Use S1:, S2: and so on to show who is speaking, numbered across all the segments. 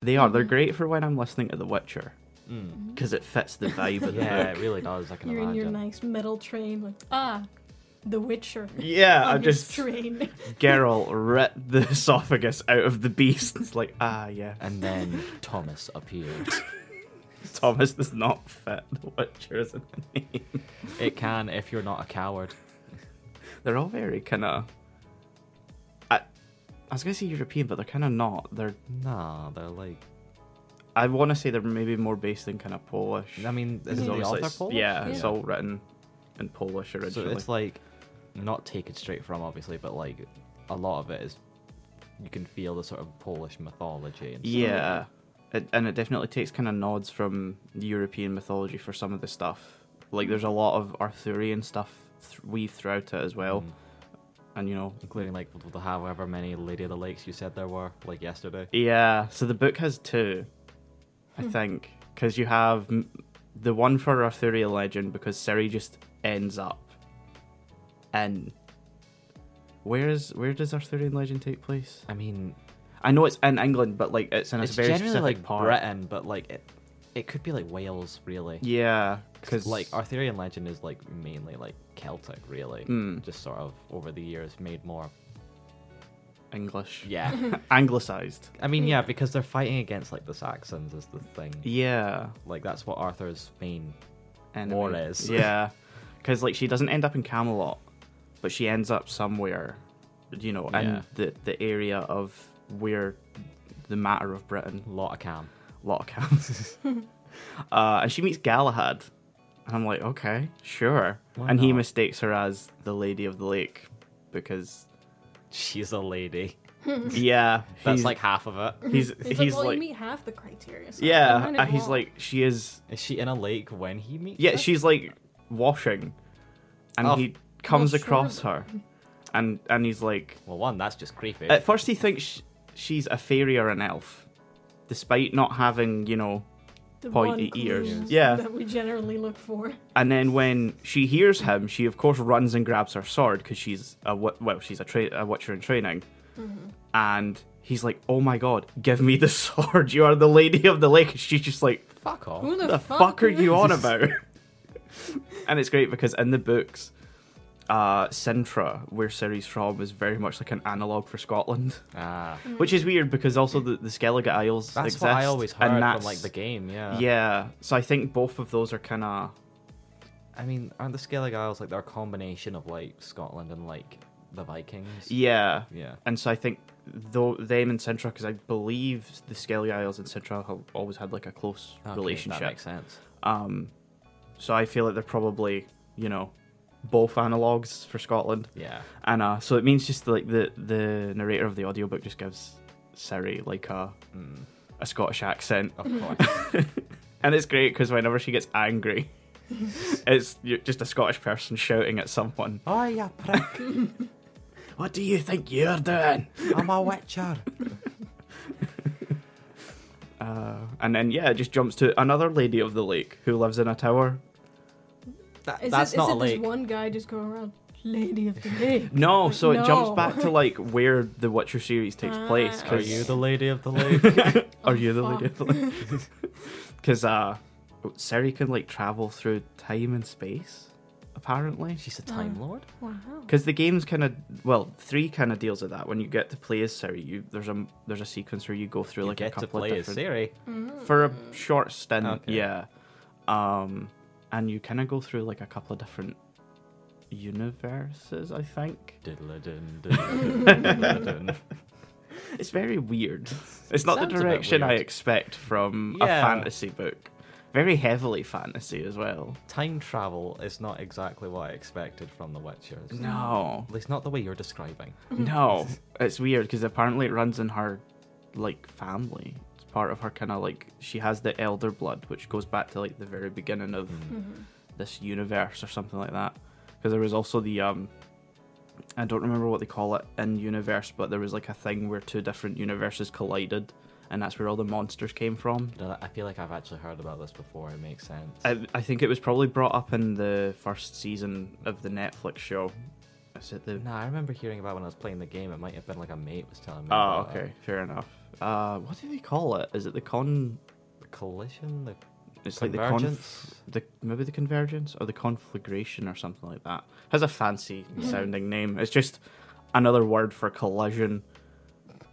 S1: They are.
S2: Mm-hmm.
S1: They're great for when I'm listening to The Witcher
S2: Mm.
S1: because it fits the vibe of the
S2: Yeah, it
S1: book.
S2: really does. I can
S3: You're in your
S2: imagine.
S3: nice metal train, like ah, The Witcher.
S1: Yeah,
S3: on
S1: I
S3: his
S1: just
S3: train.
S1: Geralt ripped the esophagus out of the beast. It's like ah yeah,
S2: And then Thomas appeared.
S1: Thomas does not fit The Witcher as a name.
S2: it can if you're not a coward.
S1: They're all very kind of. I, I was gonna say European, but they're kind of not. They're
S2: Nah, they're like.
S1: I want to say they're maybe more based in kind of Polish.
S2: I mean,
S1: Because
S2: isn't the
S1: obviously
S2: author
S1: it's-
S2: Polish?
S1: Yeah, it's
S2: Yeah.
S1: all written in Polish
S2: So
S1: originally.
S2: it's like not taken straight from obviously, but like a lot of it is you can feel the sort of Polish mythology. And stuff.
S1: yeah, it, and it definitely takes kind of nods from European mythology for some of the stuff. Like there's a lot of Arthurian stuff th- weaved throughout it as well,
S2: Mm.
S1: and you know,
S2: including like with the however many Lady of the Lakes you said there were like yesterday.
S1: yeah. So the book has two, I think, because you have m- the one for Arthurian legend because Siri just ends up in. Where is where does Arthurian legend take place?
S2: I mean,
S1: I know it's in England, but like it's in a
S2: it's
S1: very
S2: generally
S1: specific
S2: like
S1: part.
S2: Britain, but like it, it could be like Wales really.
S1: Yeah, because
S2: like Arthurian legend is like mainly like Celtic really,
S1: Mm.
S2: just sort of over the years made more.
S1: English,
S2: Yeah,
S1: anglicized.
S2: I mean yeah because they're fighting against like the Saxons is the thing.
S1: Yeah,
S2: Like that's what Arthur's main
S1: and
S2: More or less.
S1: Yeah, because like she doesn't end up in Camelot, but she ends up somewhere, you know,
S2: Yeah.
S1: in the the area of where the matter of Britain,
S2: lot of cam.
S1: lot of counts. uh, and she meets Galahad, and I'm like, okay, sure.
S2: Why
S1: and he
S2: not?
S1: mistakes her as the Lady of the Lake because
S2: She's a lady.
S1: yeah,
S2: That's
S1: he's-
S2: like half of it.
S1: he's
S3: He's, like, well, you meet half the criteria. So I
S1: Yeah,
S3: might
S1: and
S3: have
S1: he's
S3: wrong.
S1: like, she is.
S2: Is she in a lake when he meets?
S1: Yeah,
S2: her?
S1: she's like washing, and
S2: Oh.
S1: he comes
S3: Well, sure,
S1: across
S3: but-
S1: her, and and he's like.
S2: Well, one that's just creepy.
S1: At first, he thinks sh- she's a fairy or an elf, despite not having you know.
S3: the
S1: pointy
S3: one
S1: ears.
S3: clue
S1: Yeah.
S3: that we generally look for.
S1: And then when she hears him, she of course runs and grabs her sword because she's a wi- well, she's a, tra- a witcher in training, and he's like, "Oh my god, give me the sword! You are the lady of the lake." And she's just like,
S2: Fuck off.
S3: Who the,
S1: the fuck are you on about? and it's great because in the books, uh, Sintra, where Ciri's from, is very much like an analogue for Scotland,
S2: Ah,
S1: which is weird because also the, the Skellige Isles
S2: that's
S1: exist.
S2: what I always
S1: and
S2: heard from
S1: that's-
S2: like the game. Yeah.
S1: Yeah, so I think both of those are kind of
S2: I mean, aren't the Skellig Isles like they're a combination of like Scotland and like the Vikings?
S1: yeah,
S2: Yeah.
S1: and so I think though them and Sintra, because I believe the Skellige Isles and Sintra have always had like a close
S2: Okay,
S1: relationship.
S2: That makes sense.
S1: Um, so I feel like they're probably you know both analogues for Scotland.
S2: Yeah.
S1: And uh, so it means just like the the narrator of the audiobook just gives Siri like a
S2: Mm,
S1: a Scottish accent,
S2: of course.
S1: and it's great because whenever she gets angry, it's you- just a Scottish person shouting at someone.
S2: oh yeah, prick!
S1: What do you think you're doing?
S2: I'm a witcher.
S1: Uh, and then yeah, it just jumps to another lady of the lake who lives in a tower.
S2: That,
S3: Is
S2: that's
S3: it,
S2: not
S3: is
S2: a
S3: it
S2: lake.
S3: this one guy just going around, Lady of the Lake?
S1: No, so it jumps
S3: No.
S1: back to like where the Witcher series takes place.
S3: Ah.
S2: Are
S1: 'cause-
S2: you the lady of the lake?
S1: Are
S3: Oh,
S1: you the lady of the
S3: fuck.
S1: lake? Because uh, Siri can like travel through time and space, apparently.
S2: She's a time
S3: Ah.
S2: lord.
S3: Wow.
S1: Because the game's kind of well, three kind of deals with that. When you get to play as Siri, you there's a there's a sequence where you go through
S2: You
S1: like a
S2: get to
S1: couple
S2: play
S1: of
S2: as
S1: different
S2: Siri.
S3: Mm.
S1: for a
S3: Mm-hmm.
S1: short stint,
S2: Okay.
S1: yeah. Um, and you kind of go through like a couple of different universes. I think
S2: Diddle-a-dun, diddle-a-dun.
S1: it's very weird. It's not
S2: Sounds
S1: the
S2: a bit
S1: direction I
S2: weird.
S1: expect from a
S2: Yeah.
S1: fantasy book. Very heavily fantasy as well.
S2: time travel is not exactly what I expected from The Witcher. is it?
S1: No,
S2: At least not the way you're describing.
S1: no, it's weird because apparently it runs in her like family. It's part of her kind of like she has the elder blood, which goes back to like the very beginning of
S2: Mm.
S1: this universe or something like that. Because there was also the um, I don't remember what they call it in universe, but there was like a thing where two different universes collided, and that's where all the monsters came from.
S2: No, I feel like I've actually heard about this before. It makes sense.
S1: I, I think it was probably brought up in the first season of the Netflix show. Is it the
S2: no, I remember hearing about when I was playing the game. It might have been like a mate was telling me.
S1: Oh,
S2: about it.
S1: okay, fair enough. uh, what do they call it? Is it the con?
S4: The collision, the
S1: It's like the conf-
S4: convergence.
S1: the maybe the convergence or the conflagration or something like that. Has a fancy
S5: Mm.
S1: sounding name. It's just another word for collision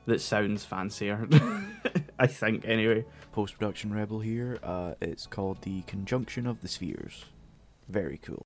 S1: that sounds fancier. I think anyway.
S5: Post production rebel here. Uh, it's called the conjunction of the spheres. Very cool.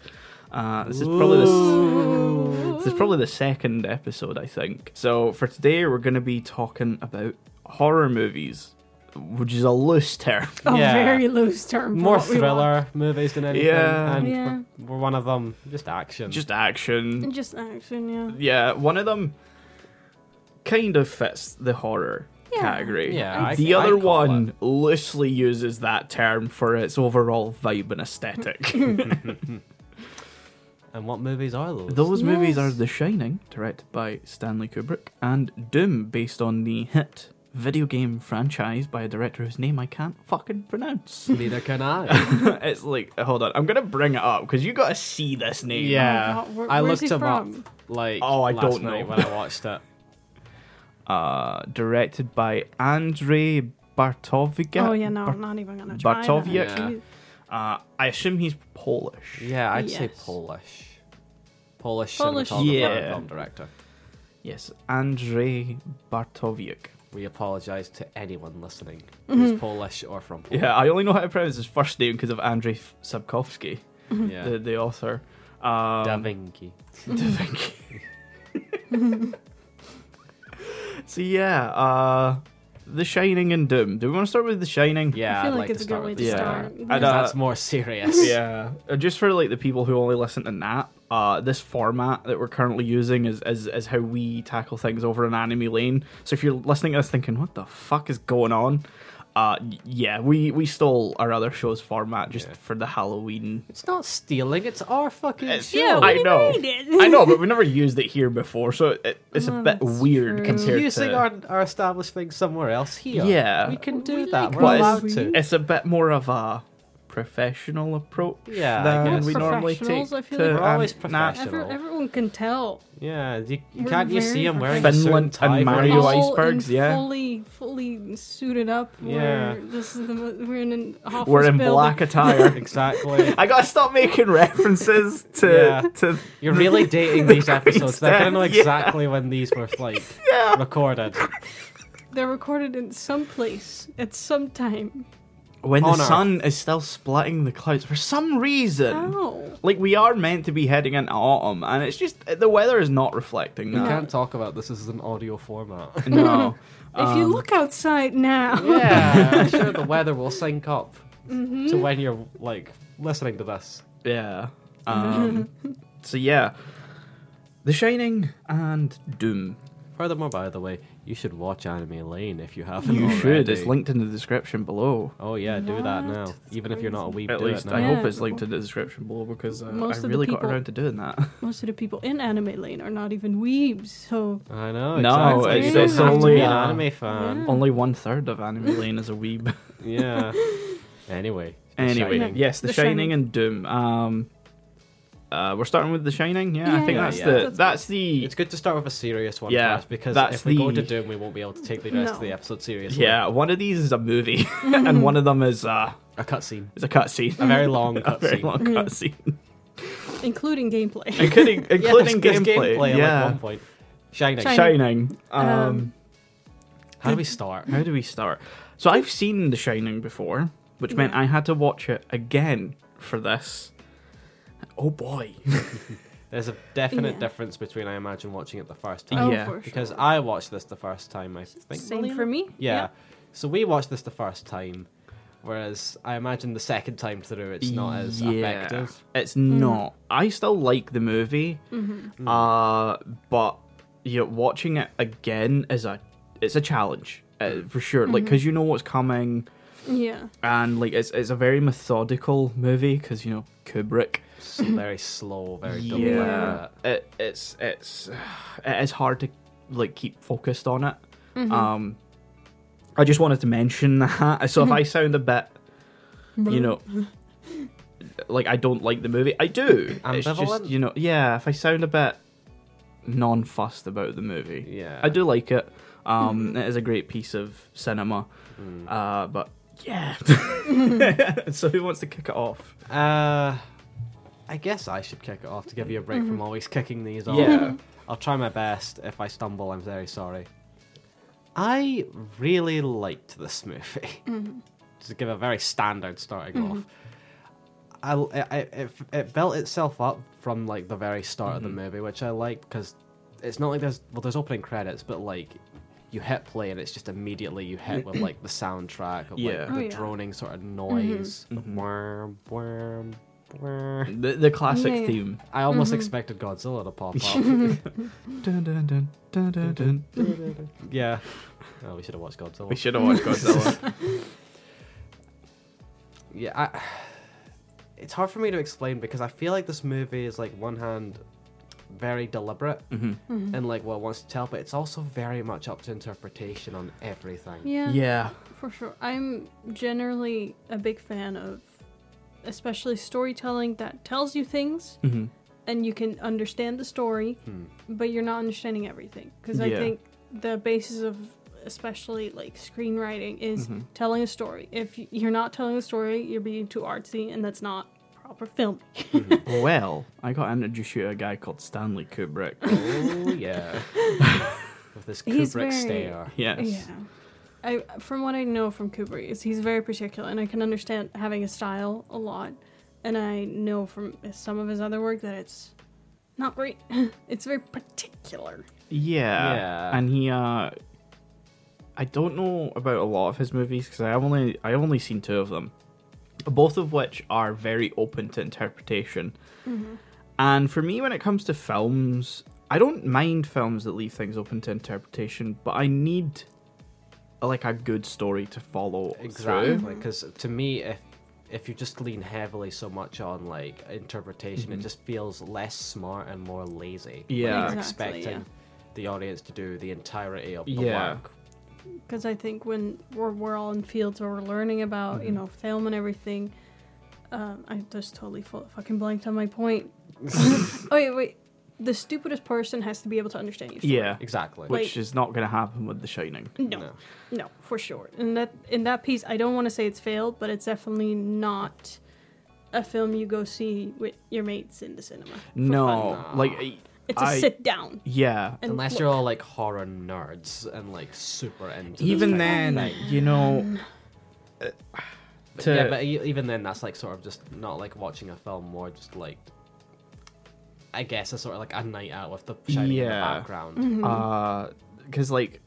S1: Uh, this is probably the, this is probably the second episode, I think. So for today, we're going to be talking about horror movies, which is a loose term.
S3: A
S2: Yeah.
S3: very loose term. for
S2: More
S3: what we want.
S2: thriller movies than anything.
S1: Yeah.
S2: And
S3: Yeah.
S2: We're, we're one of them. Just action.
S1: Just action.
S3: Just action, yeah.
S1: Yeah, one of them kind of fits the horror
S3: Yeah.
S1: category.
S2: Yeah, I-
S1: the
S2: I'd
S1: other
S2: call
S1: one loosely uses that term for its overall vibe and aesthetic.
S2: And what movies are those?
S1: Those movies are
S3: Yes.
S1: The Shining, directed by Stanley Kubrick, and Doom, based on the hit video game franchise by a director whose name I can't fucking pronounce.
S2: Neither can I.
S1: it's like, hold on, I'm gonna bring it up because you gotta see this name.
S2: yeah.
S3: Oh my God, where-
S2: I
S3: where's
S2: looked
S3: he
S2: them
S3: from?
S2: up like
S1: Oh, I
S2: last
S1: don't
S2: night
S1: know.
S2: when I watched it.
S1: Uh, directed by Andrei Bartoviga.
S3: Oh yeah, no,
S1: Bar-
S3: I'm not even gonna try. that.
S1: Bartowiak.
S2: Yeah.
S1: uh, I assume he's Polish.
S2: Yeah, I'd say
S3: Yes.
S2: Polish. Polish,
S3: Polish,
S2: cinematographer
S1: yeah.
S2: and film director.
S1: Yes, Andrei Bartowiak.
S2: We apologise to anyone listening
S3: Mm-hmm.
S2: who's Polish or from Poland.
S1: Yeah, I only know how to pronounce his first name because of Andrei Sapkowski,
S2: yeah.
S1: the, the author. Um,
S2: Davinci.
S1: Davinci. so yeah, uh, The Shining and Doom. Do we want to start with The Shining?
S2: Yeah,
S3: I feel
S2: I'd
S3: like
S2: like
S3: it's
S2: to
S3: a good
S2: start
S3: way
S2: with
S3: to
S2: that.
S3: start.
S1: Yeah.
S2: Because
S1: And, uh,
S2: that's more serious.
S1: Yeah, Uh, just for like the people who only listen to Nap, uh, this format that we're currently using is, is is how we tackle things over an anime lane. So if you're listening to this thinking, "What the fuck is going on?" Uh, y- yeah, we we stole our other show's format just
S2: Yeah.
S1: for the Halloween.
S2: It's not stealing, it's our fucking
S1: It's-
S2: show.
S3: Yeah, we
S1: I know.
S3: made it.
S1: I know, but we never used it here before, so it, it's a
S3: Oh,
S1: bit
S3: that's
S1: weird
S3: true.
S1: compared
S2: using
S1: to.
S2: our, our established thing somewhere else here.
S1: Yeah.
S2: We can do
S3: We
S2: that.
S3: like
S2: We're
S1: But
S2: allowed
S3: it's-
S2: to.
S1: it's a bit more of a professional approach
S2: Yeah, I
S1: than
S2: guess.
S1: we normally take.
S3: Professionals, I feel
S1: to,
S3: like
S2: We're always
S1: um,
S2: professional.
S1: Nap.
S3: Every, everyone can tell.
S2: Yeah, you, you
S3: We're
S2: can't you see
S3: very
S2: him wearing a suit
S1: professional.
S2: and tie
S1: Finland and
S2: for
S1: Mario
S2: his-
S3: all
S1: icebergs,
S3: in
S1: yeah.
S3: fully, fully suited up.
S2: Yeah.
S3: We're, this is the mo- we're in an office
S1: We're in
S3: building.
S1: black attire.
S2: Exactly.
S1: I gotta stop making references to
S2: Yeah.
S1: to
S2: You're really dating these episodes. They're gonna know
S1: Yeah.
S2: exactly when these were like recorded.
S3: They're recorded in some place at some time.
S1: when
S2: On
S1: the
S2: Earth.
S1: sun is still splitting the clouds for some reason.
S3: Ow.
S1: Like we are meant to be heading into autumn, and it's just the weather is not reflecting
S2: We
S1: that.
S2: can't talk about this as an audio format.
S1: No,
S3: If you look outside now,
S2: Yeah, I'm sure the weather will sync up
S3: Mm-hmm.
S2: to when you're like listening to this.
S1: yeah. Um, so yeah, The Shining and Doom.
S2: Furthermore, by the way, you should watch Anime Lane if you haven't.
S1: You should. It's
S2: already.
S1: linked in the description below.
S2: Oh yeah, do that
S3: What?
S2: now.
S3: That's
S2: Even if you're not a
S3: crazy.
S2: weeb,
S1: At
S2: do
S1: least
S2: it
S1: I
S2: now.
S3: Yeah.
S1: hope it's linked in the description below because uh,
S3: Most
S1: I
S3: of the
S1: really got
S3: people-
S1: around to doing that.
S3: most of the people in anime lane are not even weebs. So
S2: I know.
S1: No,
S2: exactly.
S3: it's-
S2: you don't
S3: it's
S2: have to
S3: only,
S2: be an
S1: uh,
S2: anime fan.
S1: Only one third of Anime Lane is a weeb.
S2: Yeah. Anyway. The
S1: Anyway,
S2: Shining.
S1: yes, The,
S3: The
S1: Shining,
S3: Shining.
S1: and Doom. Um, uh, we're starting with The Shining. Yeah, I
S3: Yeah,
S1: think
S2: yeah,
S1: that's
S2: yeah.
S1: the
S3: That's
S1: that's,
S3: good.
S1: the
S2: It's good to start with a serious one
S1: Yeah,
S2: first because
S1: that's
S2: if we go
S1: the-
S2: to Doom, we won't be able to take the rest of the
S3: No.
S2: episode seriously.
S1: yeah. One of these is a movie,
S2: Mm-hmm.
S1: and one of them is uh
S2: A cutscene.
S1: is a cutscene,
S2: A very long
S1: a very
S2: cutscene.
S1: long cutscene,
S3: including gameplay.
S1: including
S2: Mm-hmm. Yeah,
S1: including
S2: there's- there's
S1: gameplay.
S2: gameplay at, like,
S1: yeah,
S2: one point. Shining.
S3: Shining.
S1: Shining. Um,
S3: Um,
S2: How do we start?
S1: how do we start? So I've seen The Shining before, which meant
S3: Yeah.
S1: I had to watch it again for this. Oh boy.
S2: There's a definite
S3: Yeah.
S2: difference between I imagine watching it the first time
S3: Oh,
S1: Yeah,
S3: for sure.
S2: because I watched this the first time. I think.
S3: Same
S2: Melina?
S3: for me.
S2: Yeah. So we watched this the first time, whereas I imagine the second time through it's not as
S1: Yeah.
S2: effective.
S1: It's not. I still like the movie, uh, but you know, watching it again is a it's a challenge uh, for sure. Like 'cause Like because you know what's coming,
S3: Yeah.
S1: and like it's it's a very methodical movie because you know Kubrick.
S2: S- very slow, very yeah.
S1: yeah,
S2: deliberate.
S1: it, it's it's it is hard to like keep focused on it. Um, I just wanted to mention that. So if I sound a bit, you know, like I don't like the movie, I do. It's just
S2: Ambivalent?
S1: you know, yeah. If I sound a bit non-fussed about the movie,
S2: Yeah.
S1: I do like it. Um, it is a great piece of cinema,
S2: Mm.
S1: uh, but yeah. so who wants to kick it off?
S2: Uh, I guess I should kick it off to give you a break from always kicking these off.
S1: Yeah.
S2: I'll try my best. If I stumble, I'm very sorry. I really liked this movie.
S3: Mm-hmm.
S2: To give a very standard starting off. I, I, it, it built itself up from like the very start of the
S3: Mm-hmm.
S2: movie, which I like because it's not like there's well there's opening credits, but like you hit play and it's just immediately you hit with like the soundtrack of
S1: Yeah.
S2: like the
S3: Oh, yeah.
S2: droning sort of noise. the whirr, whirr,
S3: Mm-hmm.
S2: whirr.
S1: The the classic
S3: Yeah.
S1: theme.
S2: I almost expected Godzilla to pop up.
S1: Dun, dun, dun, dun, dun, dun.
S2: Yeah. Oh, we should have watched Godzilla.
S1: We should have watched Godzilla.
S2: Yeah. I... It's hard for me to explain because I feel like this movie is like one hand very deliberate
S1: Mm-hmm.
S2: and like what it wants to tell, but it's also very much up to interpretation on everything.
S3: Yeah.
S1: yeah.
S3: For sure. I'm generally a big fan of especially storytelling that tells you things
S1: hmm
S3: and you can understand the story,
S2: Hmm.
S3: but you're not understanding everything. Because I
S1: Yeah.
S3: think the basis of especially like screenwriting is
S1: Mhm.
S3: telling a story. If y- you're not telling a story, you're being too artsy and that's not proper film.
S1: Well, I got introduced to a guy called Stanley Kubrick.
S2: Oh yeah. With this
S3: He's
S2: Kubrick
S3: very-
S2: stare.
S1: Yes.
S3: Yeah. I, from what I know from Kubrick is he's very particular, and I can understand having a style a lot. And I know from some of his other work that it's not great. it's very particular.
S1: Yeah.
S2: Yeah.
S1: And he, uh, I don't know about a lot of his movies because I only I only seen two of them, both of which are very open to interpretation. Mm-hmm. And for me, when it comes to films, I don't mind films that leave things open to interpretation, but I need like a good story to follow
S2: Exactly.
S1: through.
S2: Because Mm-hmm. to me, if if you just lean heavily so much on like interpretation, it just feels less smart and more lazy.
S1: Mm-hmm.
S2: When
S1: Yeah.
S2: you're
S3: Exactly,
S2: expecting the audience to do the entirety of the
S1: Yeah.
S2: work.
S3: Because I think when we're, we're all in fields where we're learning about,
S1: Mm-hmm.
S3: you know, film and everything, um, I just totally fu- fucking blanked on my point. oh, wait, wait. The stupidest person has to be able to understand you.
S1: Yeah.
S2: Exactly.
S1: Which
S3: Like-
S1: is not going to happen with The Shining.
S3: No, no,
S2: No.
S3: for sure. And that in that piece, I don't want to say it's failed, but it's definitely not a film you go see with your mates in the cinema. for fun.
S1: No, like I-
S3: it's a
S1: I-
S3: sit down.
S1: yeah.
S3: And
S2: Unless
S3: look-
S2: you're all like horror nerds and like super into this
S1: Even
S2: type of
S1: then,
S2: thing.
S1: you know, to uh,
S2: yeah, but e- even then, that's like sort of just not like watching a film, more just like. I guess a sort of like a night out with the shining in the
S1: Yeah. Mm-hmm.
S2: background.
S1: because uh, like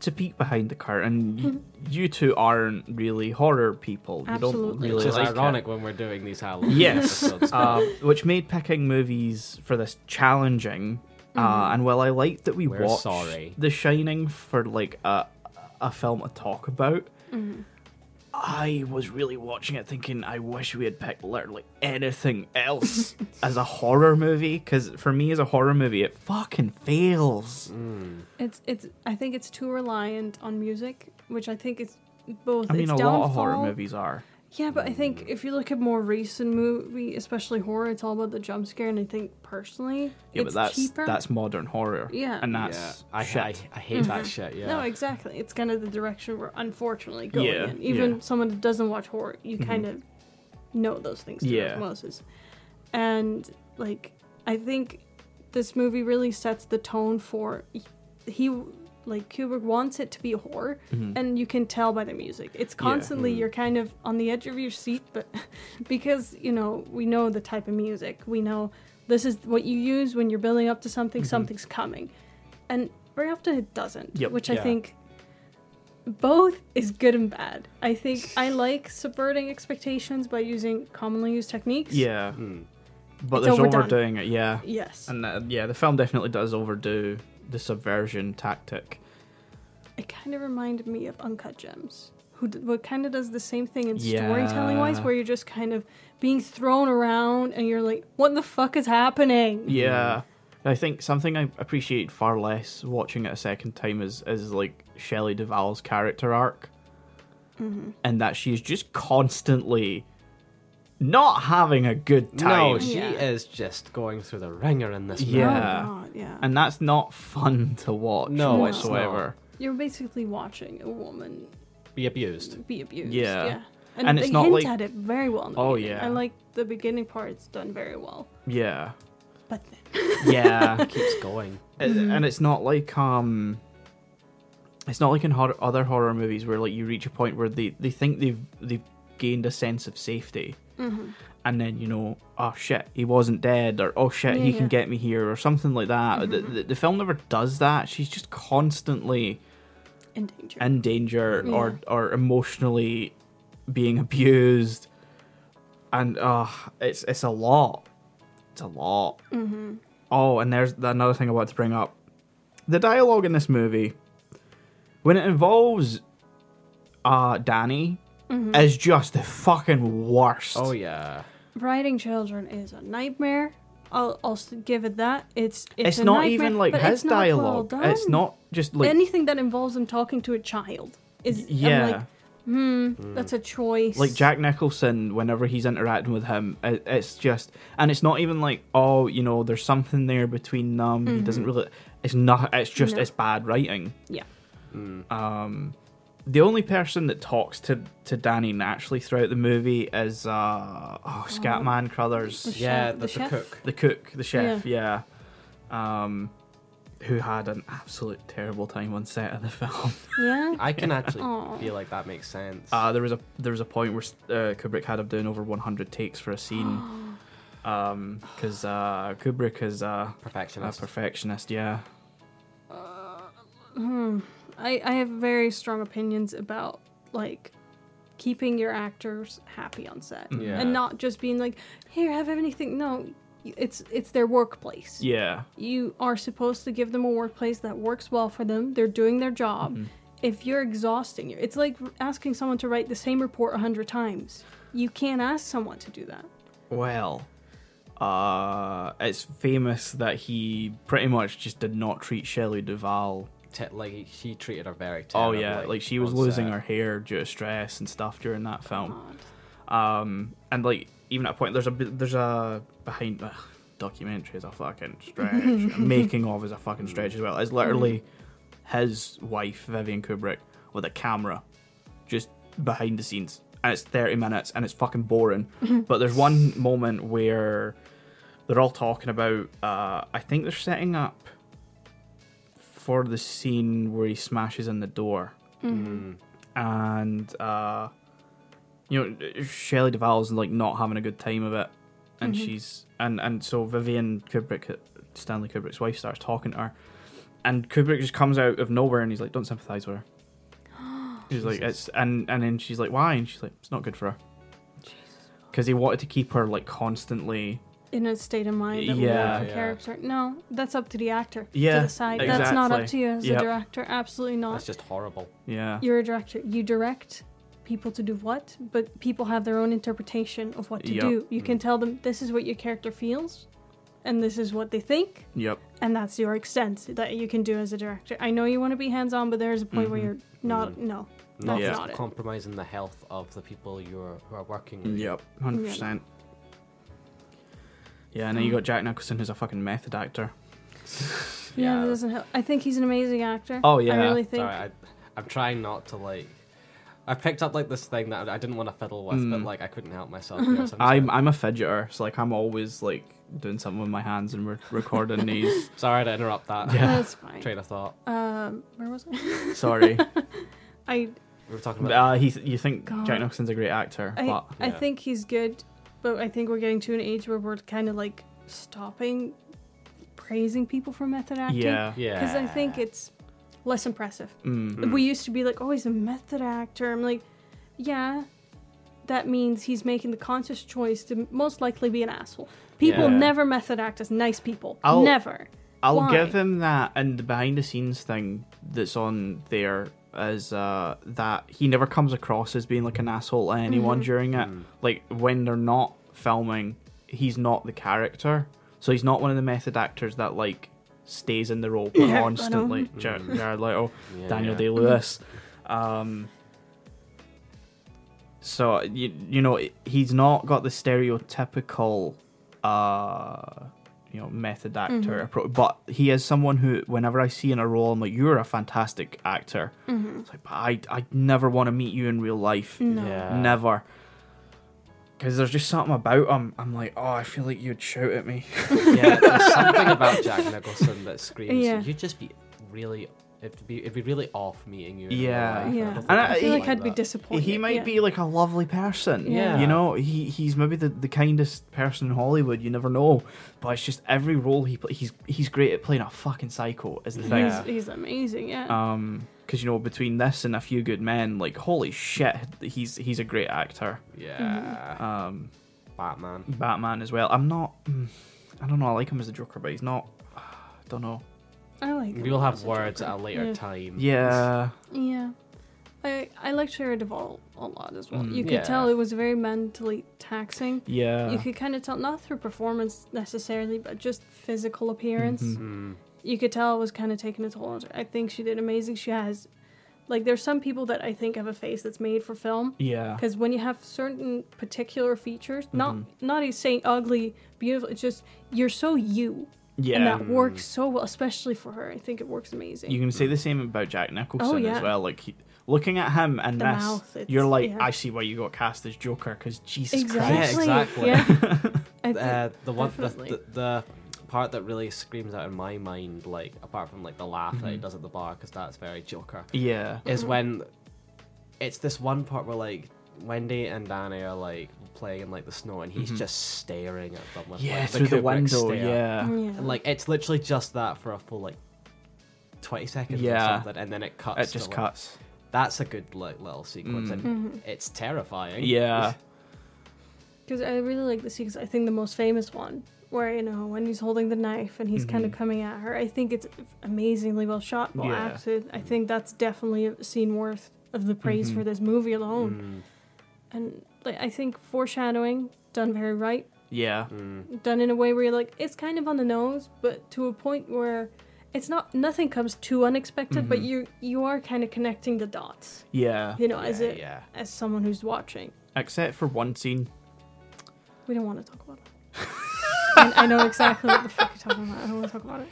S1: to peek behind the curtain, you, you two aren't really horror people.
S3: Absolutely.
S1: You don't
S2: Which
S1: really
S2: is
S1: like it.
S2: ironic when we're doing these Halloween
S1: Yes.
S2: episodes.
S1: Uh, which made picking movies for this challenging. Uh,
S3: Mm-hmm.
S1: and while I liked that we
S2: We're
S1: watched
S2: sorry.
S1: The Shining for like a a film to talk about,
S3: Mm-hmm.
S1: I was really watching it thinking I wish we had picked literally anything else as a horror movie because for me as a horror movie it fucking fails.
S3: Mm-hmm. It's it's. I think it's too reliant on music, which I think is both.
S1: I mean,
S3: its
S1: a lot of horror
S3: downfall-
S1: movies are.
S3: Yeah, but I think if you look at more recent movie, especially horror, it's all about the jump scare. And I think personally,
S1: Yeah, but
S3: it's
S1: that's
S3: cheaper.
S1: that's modern horror.
S3: Yeah.
S1: and
S2: Yeah.
S1: that's
S2: I,
S1: shit.
S2: I, I hate that shit. Yeah.
S3: Mm-hmm. No, exactly. It's kind of the direction we're unfortunately going
S1: Yeah,
S3: in. Even
S1: yeah. Mm-hmm.
S3: someone that doesn't watch horror, you kind of know those things through
S1: Yeah.
S3: osmosis. And like, I think this movie really sets the tone for he like Kubrick wants it to be a horror
S1: Mm-hmm.
S3: and you can tell by the music. It's constantly you're kind of on the edge of your seat but because, you know, we know the type of music. We know this is what you use when you're building up to
S1: Mm-hmm.
S3: something, something's coming. And very often it doesn't,
S1: Yep.
S3: which I
S2: Yeah.
S3: think both is good and bad. I think I like subverting expectations by using commonly used techniques.
S1: Yeah,
S2: Hmm.
S1: but
S3: Mm. It's
S1: there's
S3: overdone.
S1: overdoing it. Yeah,
S3: Yes.
S1: and uh, yeah, the film definitely does overdo the subversion tactic.
S3: it kind of reminded me of Uncut Gems, who d- what kind of does the same thing in storytelling wise,
S1: Yeah.
S3: where you're just kind of being thrown around and you're like, what the fuck is happening?
S1: Yeah. I think something I appreciate far less watching it a second time is is like Shelley Duvall's character arc, and that she's just constantly not having a good time.
S2: No, she
S3: Yeah.
S2: is just going through the ringer in this.
S1: Yeah.
S2: movie.
S3: Oh, God, yeah.
S1: and that's not fun to watch
S2: No,
S3: it's not.
S1: whatsoever.
S3: you're basically watching a woman
S2: be abused.
S3: be abused.
S1: Yeah.
S3: Yeah. And,
S1: And
S3: they
S1: it's not
S3: hint
S1: like-
S3: at it very well. In the
S1: Oh,
S3: beginning.
S1: yeah.
S3: I like the beginning part; it's done very well.
S1: Yeah,
S3: But then,
S1: yeah,
S2: Keeps going.
S1: It-
S3: Mm-hmm.
S1: and it's not like um it's not like in hor- other horror movies where like you reach a point where they they think they've they've gained a sense of safety
S3: Mm-hmm.
S1: and then you know oh shit he wasn't dead or oh shit
S3: Yeah, Mm-hmm.
S1: he can
S3: yeah.
S1: get me here or something like that the, the, the film never does that she's just constantly
S3: in danger.
S1: in danger or or emotionally being abused and uh it's it's a lot it's a lot mm-hmm. oh and there's another thing i wanted to bring up the dialogue in this movie when it involves uh danny
S3: Mm-hmm.
S1: is just the fucking worst
S2: Oh yeah.
S3: Writing children is a nightmare. I'll, I'll s- give it that. It's it's,
S1: it's
S3: a
S1: not
S3: nightmare,
S1: even like
S3: but
S1: his
S3: it's not well
S1: dialogue it's
S3: done.
S1: not just like
S3: anything that involves him talking to a child is
S1: yeah
S3: I'm like, hmm, that's a choice.
S1: like Jack Nicholson, whenever he's interacting with him, it, it's just, and it's not even like, oh, you know, there's something there between them. He doesn't really. It's not. It's just.
S3: No.
S1: It's bad writing.
S3: Yeah.
S2: Mm.
S1: Uh, The only person that talks to to Danny naturally throughout the movie is uh oh, Scatman Crothers,
S2: Yeah, the,
S3: chef-
S2: the,
S3: the chef?
S2: cook.
S1: the cook, the chef, yeah. Um, who had an absolute terrible time on set of the film.
S3: Yeah.
S2: I can actually
S3: Aw.
S2: feel like that makes sense.
S1: Uh, there was a there was a point where uh, Kubrick had him doing over 100 takes for a scene, because uh, Kubrick is uh, a
S2: Perfectionist.
S1: perfectionist. Yeah,
S3: I, I have very strong opinions about like keeping your actors happy on set
S2: Yeah.
S3: and not just being like, here, have anything. No, y- it's it's their workplace.
S1: yeah,
S3: You are supposed to give them a workplace that works well for them. They're doing their job. If you're exhausting, you it's like asking someone to write the same report a hundred times. You can't ask someone to do that.
S1: Well, uh, it's famous that he pretty much just did not treat Shelley Duvall.
S2: Te- like she treated her very
S1: Oh
S2: terribly.
S1: yeah, like, she was
S2: on
S1: losing
S2: set.
S1: her hair due to stress and stuff during that film. Um, and like even at a point, there's a bit- there's a behind ugh, documentary is a fucking stretch. Making of is a fucking stretch as well. It's literally his wife Vivian Kubrick with a camera, just behind the scenes, and it's thirty minutes and it's fucking boring. but there's one moment where they're all talking about. Uh, I think they're setting up for the scene where he smashes in the door
S3: Mm-hmm.
S2: Mm-hmm. Mm.
S1: and uh you know Shelley Duvall's like not having a good time of it and she's and and so Vivian Kubrick Stanley Kubrick's wife starts talking to her and Kubrick just comes out of nowhere and he's like don't sympathize with her he's like it's and and then she's like why and she's like it's not good for her because he wanted to keep her like constantly
S3: in a state of mind that
S1: Yeah.
S3: yeah,
S2: Yeah.
S3: character. No, that's up to the actor
S1: Yeah,
S3: to decide. That's not up to
S1: exactly.
S3: you as
S1: Yep.
S3: a director. Absolutely
S2: That's
S3: not.
S2: just horrible.
S1: yeah
S3: You're a director. You direct people to do what, but people have their own interpretation of what to
S1: Yep.
S3: do. You can tell them this is what your character feels, and this is what they think,
S1: yep
S3: and that's your extent that you can do as a director. I know you want to be hands on, but there is a point where you're not. No,
S2: Not
S1: Yeah.
S2: just
S3: Not it.
S2: compromising the health of the people you're who are working. with.
S1: Yep, hundred percent. Yeah, and then you got Jack Nicholson, who's a fucking method actor.
S3: yeah,
S2: Yeah.
S3: that doesn't help. I think he's an amazing actor.
S1: Oh, yeah.
S3: I really think.
S2: Sorry, I, I'm trying not to like. I picked up like this thing that I didn't want to fiddle with, but
S1: Mm.
S2: like I couldn't help myself.
S3: Mm-hmm.
S2: you know, so I'm just
S1: I'm
S2: gonna-
S1: I'm a fidgeter, so like I'm always like doing something with my hands and we're recording these.
S2: sorry to interrupt that
S3: That's fine.
S2: train of thought.
S3: Um, where was I?
S1: Sorry,
S3: I
S2: We were talking about.
S1: uh, he you think Jack
S3: God.
S1: Nicholson's a great actor,
S3: I,
S1: but
S3: I
S2: Yeah.
S3: think he's good, but I think we're getting to an age where we're kind of like stopping praising people for method acting.
S1: yeah,
S2: yeah,
S3: Because I think it's less impressive.
S1: Mm.
S3: We used to be like, oh, he's a method actor. I'm like, yeah, that means he's making the conscious choice to most likely be an asshole. People
S1: Yeah.
S3: never method act as nice people.
S1: I'll-
S3: never.
S1: I'll
S3: Why?
S1: give him that. And the behind the scenes thing that's on there is uh, that he never comes across as being like an asshole to anyone
S3: Mm-hmm.
S1: during it. Like when they're not filming, he's not the character. So he's not one of the method actors that like stays in the role
S3: Yeah, I know.
S1: constantly. Jar- oh, Jared Leto,
S2: Yeah,
S1: Daniel
S2: yeah. Mm.
S1: Day Lewis. Um, so you you know he's not got the stereotypical uh you know method actor approach but he is someone who whenever i see in a role i'm like you're a fantastic actor it's like but i i never want to meet you in real life
S3: No.
S2: Yeah.
S1: never because there's just something about him i'm like oh i feel like you'd shout at me
S2: yeah, there's something about Jack Nicholson that screams.
S3: Yeah.
S2: You'd just be really. It'd be it'd be really off meeting you. in real
S1: Yeah.
S2: life, and
S3: Yeah.
S2: don't think
S1: And
S2: I'd
S1: I-
S3: I feel like
S1: he-
S3: I'd be
S2: that.
S3: disappointed.
S1: he might
S3: yeah.
S1: be like a lovely person
S2: Yeah.
S1: you know he he's maybe the, the kindest person in hollywood you never know but it's just every role he plays he's he's great at playing a fucking psycho is the thing
S3: He's, he's amazing, yeah.
S1: Um 'cause because you know between this and a few good men like holy shit he's he's a great actor
S2: Yeah.
S3: Mm-hmm.
S2: Uh,
S1: um
S2: Batman.
S1: batman as well i'm not mm, i don't know i like him as a joker but he's not i don't know
S3: I like him
S2: We will
S3: as
S2: have
S3: a
S2: words
S3: Joker.
S2: at a later
S3: Yeah.
S2: time.
S1: yeah
S3: Yeah. I, I like Shira Duvall a lot as well.
S1: Mm.
S3: You could
S2: Yeah.
S3: tell it was very mentally taxing.
S1: yeah
S3: you could kind of tell, not through performance necessarily, but just physical appearance.
S1: Mm-hmm.
S2: Mm.
S3: You could tell it was kind of taking a toll on her. I think she did amazing. She has, like, there's some people that I think have a face that's made for film.
S1: yeah
S3: Because when you have certain particular features, not
S1: Mm-hmm.
S3: not even saying ugly, beautiful, it's just you're so you, and
S1: yeah
S3: that works so well, especially for her. I think it works amazing.
S1: you can say
S2: Mm.
S1: the same about jack nicholson
S3: Oh, yeah.
S1: as well like he, looking at him and
S3: The
S1: this
S3: mouth, it's-
S1: you're like
S3: yeah.
S1: i see why you got cast as joker because jesus christ
S3: exactly.
S2: exactly.
S3: Yeah. I think-
S2: Uh, the one the,
S3: Definitely.
S2: the, the part that really screams out in my mind, like apart from like the laugh that he
S1: Mm-hmm.
S2: does at the bar, because that's very Joker,
S1: yeah
S2: is when it's this one part where like Wendy and Danny are like playing in like the snow, and he's just staring at them with
S1: Mm-hmm. yeah
S2: like,
S1: through the,
S2: Kubrick
S1: window
S2: stare. Mm.
S1: yeah
S3: yeah.
S2: and like it's literally just that for a full like. 20 seconds
S1: Yeah.
S2: or something and then it cuts
S1: it
S2: to,
S1: just
S2: like-
S1: cuts Mm.
S2: that's a good like little sequence and
S3: Mm-hmm.
S2: it's terrifying
S1: yeah
S3: Because I really like the sequence. I think the most famous one, where you know when he's holding the knife and he's
S2: Mm-hmm.
S3: kind of coming at her. I think it's amazingly well shot, well
S1: Yeah.
S3: acted. I think that's definitely a scene worth of the praise
S2: Mm-hmm.
S3: for this movie alone. And like, I think foreshadowing done very right,
S1: yeah
S3: done in a way where you're like it's kind of on the nose, but to a point where it's not nothing comes too unexpected, but
S2: Mm-hmm.
S3: you you are kind of connecting the dots.
S1: yeah
S3: You know, as
S2: Yeah,
S3: it
S2: yeah.
S3: as someone who's watching.
S1: except for one scene
S3: We don't want to talk about it. I, I know exactly what the fuck you're talking about. I don't want to talk about it.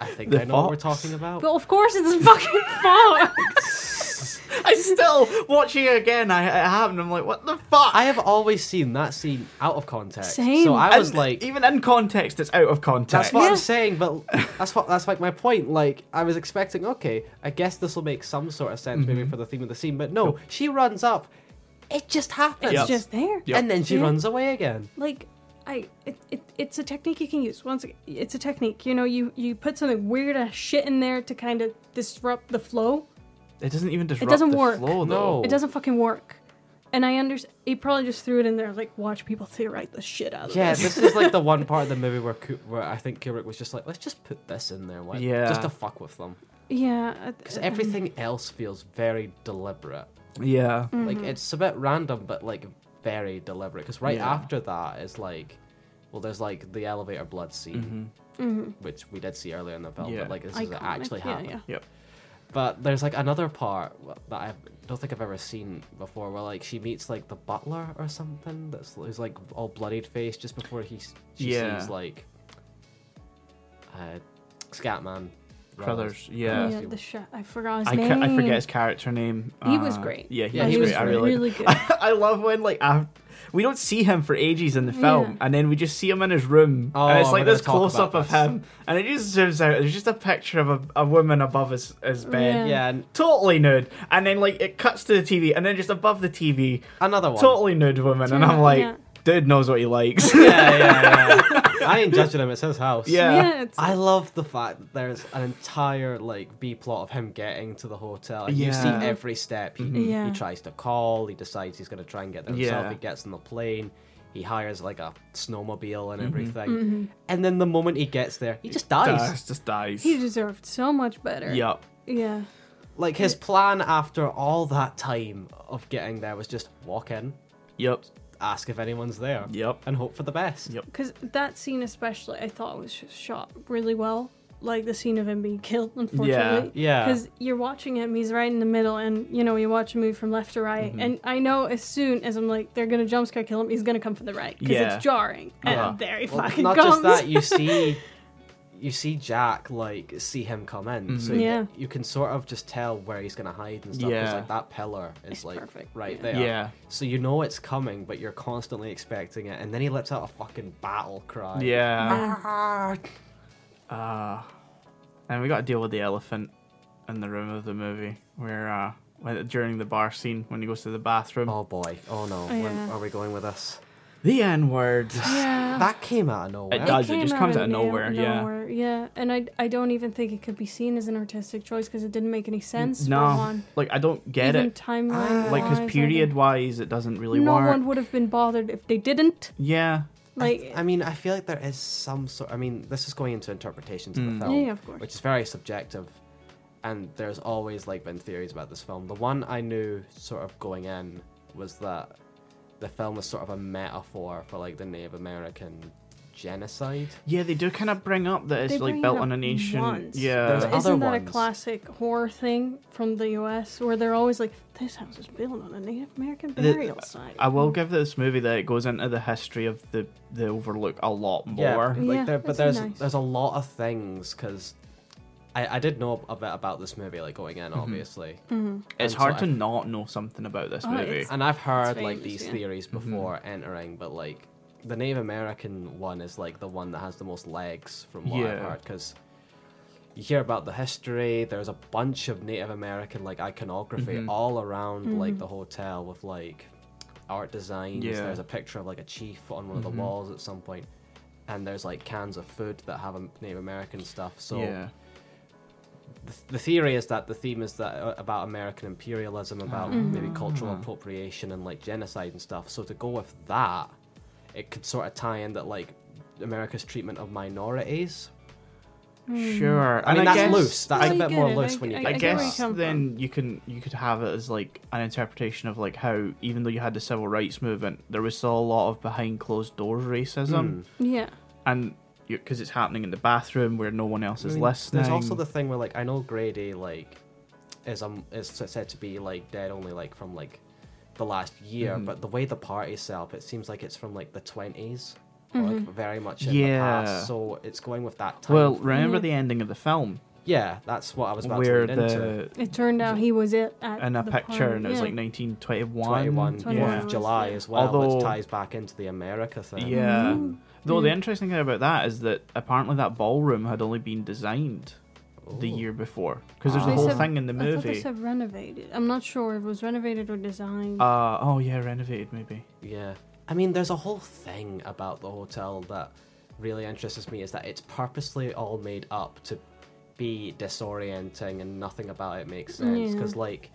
S2: i think
S1: The
S2: i know what we're
S1: fox.
S2: talking about
S3: But of course, it's his fucking fault.
S1: I still watching it again. I it happened. I'm like, what the fuck?
S2: I have always seen that scene out of context.
S3: Same.
S2: So I
S1: And
S2: was like,
S1: even in context, it's out of context.
S2: that's what
S3: Yeah.
S2: I'm saying, but that's what that's like my point. Like I was expecting, okay, I guess this will make some sort of sense maybe for the theme of the scene, but no, she runs up. It just happens.
S3: It's
S1: Yep.
S3: just there.
S1: Yep.
S2: And then she
S3: Yeah.
S2: runs away again.
S3: Like, I, it, it, it's a technique you can use. Once ag- it's a technique, you know, you you put something weird ass shit in there to kind of disrupt the flow.
S1: It doesn't even disrupt
S3: doesn't
S1: the
S3: work.
S1: flow, though.
S2: No.
S3: It doesn't fucking work. And I understand. He probably just threw it in there, like, watch people theorize the shit out of
S2: Yeah,
S3: this.
S2: this is like the one part of the movie where Ku- where I think Kubrick was just like, let's just put this in there, like,
S1: Yeah.
S2: just to fuck with them,
S3: Yeah. uh, I-
S2: because everything else feels very deliberate.
S1: Yeah.
S3: Mm.
S2: Like it's a bit random, but like very deliberate. Because right
S1: Yeah.
S2: after that is like, well, there's like the elevator blood scene, which we did see earlier in the film.
S1: Mm-hmm. Yeah.
S2: But like this is
S3: Mm-hmm. Iconic,
S2: actually
S3: yeah,
S2: happened.
S3: yeah.
S1: Yep.
S2: But there's like another part wh- that I don't think I've ever seen before, where like she meets like the butler or something that's who's like all bloodied face just before he s- she
S1: Yeah.
S2: sees like uh, Scatman
S1: Crothers. Yeah.
S3: Oh, yeah, the sh- I forgot his
S1: I,
S3: name.
S1: ca- I forget his character name.
S3: He was great.
S1: Uh, Yeah, he
S2: Yeah,
S1: was,
S3: he was
S1: great. I really,
S3: really
S1: liked-
S3: good.
S1: I, love when like af- we don't see him for ages in the film,
S3: Yeah.
S1: and then we just see him in his room,
S2: Oh,
S1: and it's
S2: we're
S1: like
S2: gonna
S1: this
S2: talk about
S1: close up of
S2: this.
S1: him, and it just zooms out. There's just a picture of a, a woman above his, his bed,
S3: Yeah.
S2: Yeah, and
S1: totally nude, and then like it cuts to the TV, and then just above the TV,
S2: another one.
S1: totally nude woman, and I'm
S3: Yeah,
S1: like,
S3: yeah.
S1: dude knows what he likes.
S2: Yeah, yeah, yeah. I ain't judging him. It's his house.
S1: yeah.
S3: Yeah, it's,
S2: I love the fact that there's an entire like B plot of him getting to the hotel. And You see
S1: Yeah. Mm-hmm.
S2: every step. He,
S3: Yeah.
S2: he tries to call. He decides he's going to try and get there himself.
S1: Yeah.
S2: He gets on the plane. He hires like a snowmobile and
S1: Mm-hmm.
S2: everything. And then the moment he gets there, he just dies.
S1: Dies, just dies.
S3: he deserved so much better.
S1: Yup.
S3: Yeah.
S2: Like his plan after all that time of getting there was just walk in,
S1: Yep.
S2: ask if anyone's there,
S1: Yep.
S2: and hope for the best.
S1: Yep.
S3: Because that scene, especially, I thought was sh- shot really well. Like the scene of him being killed, unfortunately.
S2: Yeah.
S3: Because you're watching him, he's right in the middle, and you know, you watch him move from left to
S1: Mm-hmm.
S3: right. And I know as soon as I'm like, they're going to jump scare kill him, he's going to come for the right. Because
S1: Yeah.
S3: it's jarring. And
S1: Yeah.
S3: there he
S2: Well,
S3: fucking
S2: not
S3: comes.
S2: just that you see you see jack like see him come in so
S3: Yeah.
S2: you can sort of just tell where he's gonna hide and stuff 'cause,
S1: Mm-hmm. Yeah.
S2: like that pillar is
S3: It's
S2: like
S3: perfect,
S2: right
S3: yeah.
S2: there
S1: Yeah.
S2: so you know it's coming but you're constantly expecting it and then he lets out a fucking battle cry
S1: Yeah.
S2: Ah.
S1: Uh, and we got to deal with the elephant in the room of the movie, where uh, when, during the bar scene when he goes to the bathroom,
S2: oh boy oh no when
S3: Yeah. Oh.
S2: are we going with this
S1: the N word.
S3: yeah.
S2: that came out of nowhere
S1: It does. It
S3: came
S1: just comes out of
S3: no-
S1: nowhere. Yeah.
S3: nowhere, yeah. And I, I don't even think it could be seen as an artistic choice because it didn't make any sense. for
S1: No,
S3: one.
S1: like I don't get
S3: even
S1: it.
S3: timeline.
S1: Like
S3: wise, I
S1: because period wise, it doesn't really
S3: no
S1: work.
S3: one would have been bothered if they didn't.
S1: Yeah.
S3: Like,
S2: I mean, I feel like there is some sort. I mean, this is going into interpretations
S1: Mm.
S2: of the film,
S3: Yeah, yeah, of course.
S2: which is very subjective, and there's always like been theories about this film. The one I knew sort of going in was that the film was sort of a metaphor for like the Native American genocide.
S1: Yeah, they do kind of bring up that it's
S3: They bring
S1: like
S3: it
S1: built
S3: up
S1: on an ancient.
S3: once,
S2: There's
S1: Yeah.
S3: but
S2: other
S3: isn't that
S2: ones.
S3: a classic horror thing from the U.S. where they're always like, "This house is built on a Native American
S1: The-
S3: burial site."
S1: I will give this movie that it goes into the history of the the Overlook a lot more.
S2: like there,
S3: Yeah, that's
S2: but there's
S3: nice.
S2: there's a lot of things because. I, I did know a bit about this movie, like going
S3: Mm-hmm.
S2: in, obviously.
S1: It's
S2: And so
S1: hard
S2: I
S1: to not know something about this
S3: Oh,
S1: movie.
S3: it's-
S2: And I've heard
S3: It's
S2: like
S3: famous,
S2: these
S3: yeah.
S2: theories
S1: Mm-hmm.
S2: before entering, but like the Native American one is like the one that has the most legs from what I've
S1: Yeah.
S2: heard because you hear about the history. There's a bunch of Native American like iconography
S1: Mm-hmm.
S2: all around like the hotel with like art designs.
S1: Yeah. Mm-hmm.
S2: There's a picture of like a chief on one of the walls at some point, and there's like cans of food that have um, Native American stuff. So
S1: yeah.
S2: the, the theory is that the theme is that uh, about American imperialism, about
S3: Mm-hmm.
S2: maybe cultural
S1: Mm-hmm.
S2: appropriation and like genocide and stuff. So to go with that, it could sort of tie in that like America's treatment of minorities.
S1: Sure.
S2: I mean,
S1: and
S2: that's
S1: I guess,
S2: loose. That's
S3: I
S2: a bit
S3: get
S2: more
S3: it,
S2: loose
S3: I-
S2: when you
S3: I-
S2: think
S1: I,
S3: get where Hmm. you
S1: guess
S2: about
S3: come
S1: then you can you could have it as like an interpretation of like how even though you had the civil rights movement, there was still a lot of behind closed doors
S2: Hmm.
S1: racism,
S3: Mm-hmm. yeah,
S1: and because it's happening in the bathroom where no one else
S2: I
S1: is
S2: mean,
S1: listening.
S2: There's also the thing where like I know Grady like is um is said to be like dead only like from like the last year,
S1: Mm-hmm.
S2: but the way the party's set up, it seems like it's from like the twenties. Like very much in the
S1: Yeah.
S2: past, so it's going with that time.
S1: well,
S2: frame.
S1: remember
S3: Yeah.
S1: the ending of the film
S2: Yeah, that's what I was about
S1: where
S2: to lead into.
S1: the
S3: it turned out he was it at
S1: in a
S3: the
S1: picture
S3: party.
S1: and it was
S3: yeah.
S1: like 1921.
S2: 21,
S1: Yeah.
S3: 21.
S2: Fourth
S1: Yeah.
S2: of July
S3: Yeah.
S2: as well,
S1: Although-
S2: which ties back into the America thing.
S1: Yeah. Though the
S3: Mm-hmm. Yeah.
S1: interesting thing about that is that apparently that ballroom had only been designed the
S2: Ooh.
S1: year before because there's
S2: Ah.
S1: a
S3: Oh. They
S1: whole
S3: said-
S1: thing in the
S3: I thought they
S1: movie.
S3: said renovated. I'm not sure if it was renovated or designed.
S1: Uh, oh yeah, renovated maybe.
S2: Yeah. I mean, there's a whole thing about the hotel that really interests me is that it's purposely all made up to be disorienting and nothing about it makes sense.
S3: Yeah.
S2: Because, like,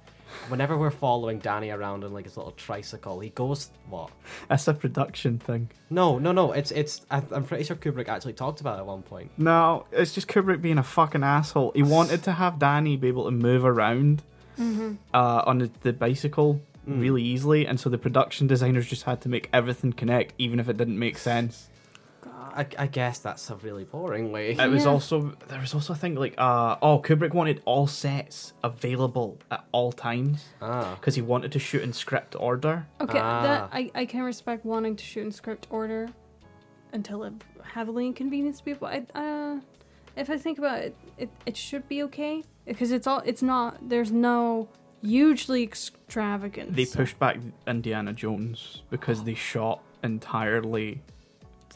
S2: whenever we're following Danny around in, like, his little tricycle, he goes, what?
S1: That's a production thing.
S2: No, no, no. It's, it's, I, I'm pretty sure Kubrick actually talked about it at one point.
S1: No, it's just Kubrick being a fucking asshole. He wanted to have Danny be able to move around uh, on the, the bicycle really easily, and so the production designers just had to make everything connect, even if it didn't make sense.
S2: I, I guess that's a really boring way.
S1: It was
S3: Yeah.
S1: also there was also a thing like uh, oh Kubrick wanted all sets available at all times
S2: ah.
S1: because he wanted to shoot in script order.
S3: Okay,
S2: Ah.
S3: that I, I can respect wanting to shoot in script order until it heavily inconveniences people. I uh, if I think about it, it, it should be okay because it's all it's not there's no hugely extravagant
S1: They pushed back Indiana Jones because they shot entirely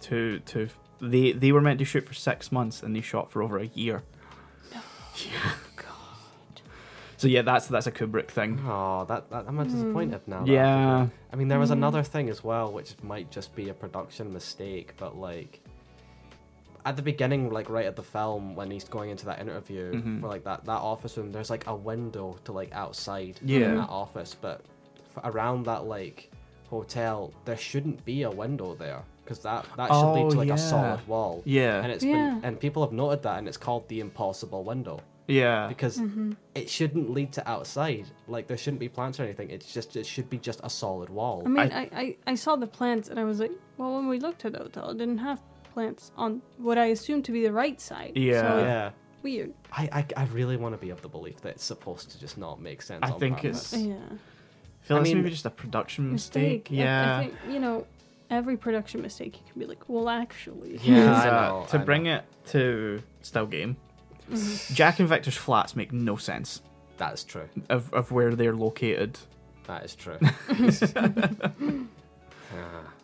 S1: to to they they were meant to shoot for six months and they shot for over a year. So yeah, that's that's a Kubrick thing.
S2: Oh, that, that I'm disappointed now. that
S1: Yeah.
S2: happened there. I mean, there was
S1: Mm.
S2: another thing as well, which might just be a production mistake, but like at the beginning, like right at the film when he's going into that interview
S1: Mm-hmm.
S2: for like that that office room, there's like a window to like outside
S1: Yeah.
S2: in that office, but f- around that like hotel, there shouldn't be a window there because that that should
S1: Oh,
S2: lead to like
S1: yeah.
S2: a solid wall.
S1: Yeah.
S2: and it's
S3: Yeah.
S2: been and people have noted that, and it's called the impossible window
S1: Yeah,
S2: because
S3: Mm-hmm.
S2: it shouldn't lead to outside. Like there shouldn't be plants or anything. It's just it should be just a solid wall.
S3: I mean, I, I, I saw the plants and I was like, well, when we looked at the hotel, it didn't have plants on what I assumed to be the right side.
S1: Yeah.
S3: So it's
S2: yeah.
S3: weird.
S2: Uh, I, I, I really want to be of the belief that it's supposed to just not make sense.
S1: I
S2: on
S1: think
S2: purpose.
S1: it's-
S3: Yeah.
S1: I feel
S2: I
S1: like it's
S2: mean-
S1: maybe just a production mistake.
S3: Mistake. I-
S1: Yeah,
S3: I, think, you know, every production mistake, you can be like, well, actually.
S2: Yeah, I
S1: So,
S2: know,
S1: to
S2: I
S1: bring
S2: know.
S1: it to still game, Jack and Victor's flats make no sense
S2: that is true.
S1: of, of where they're located.
S2: That is true. Ah.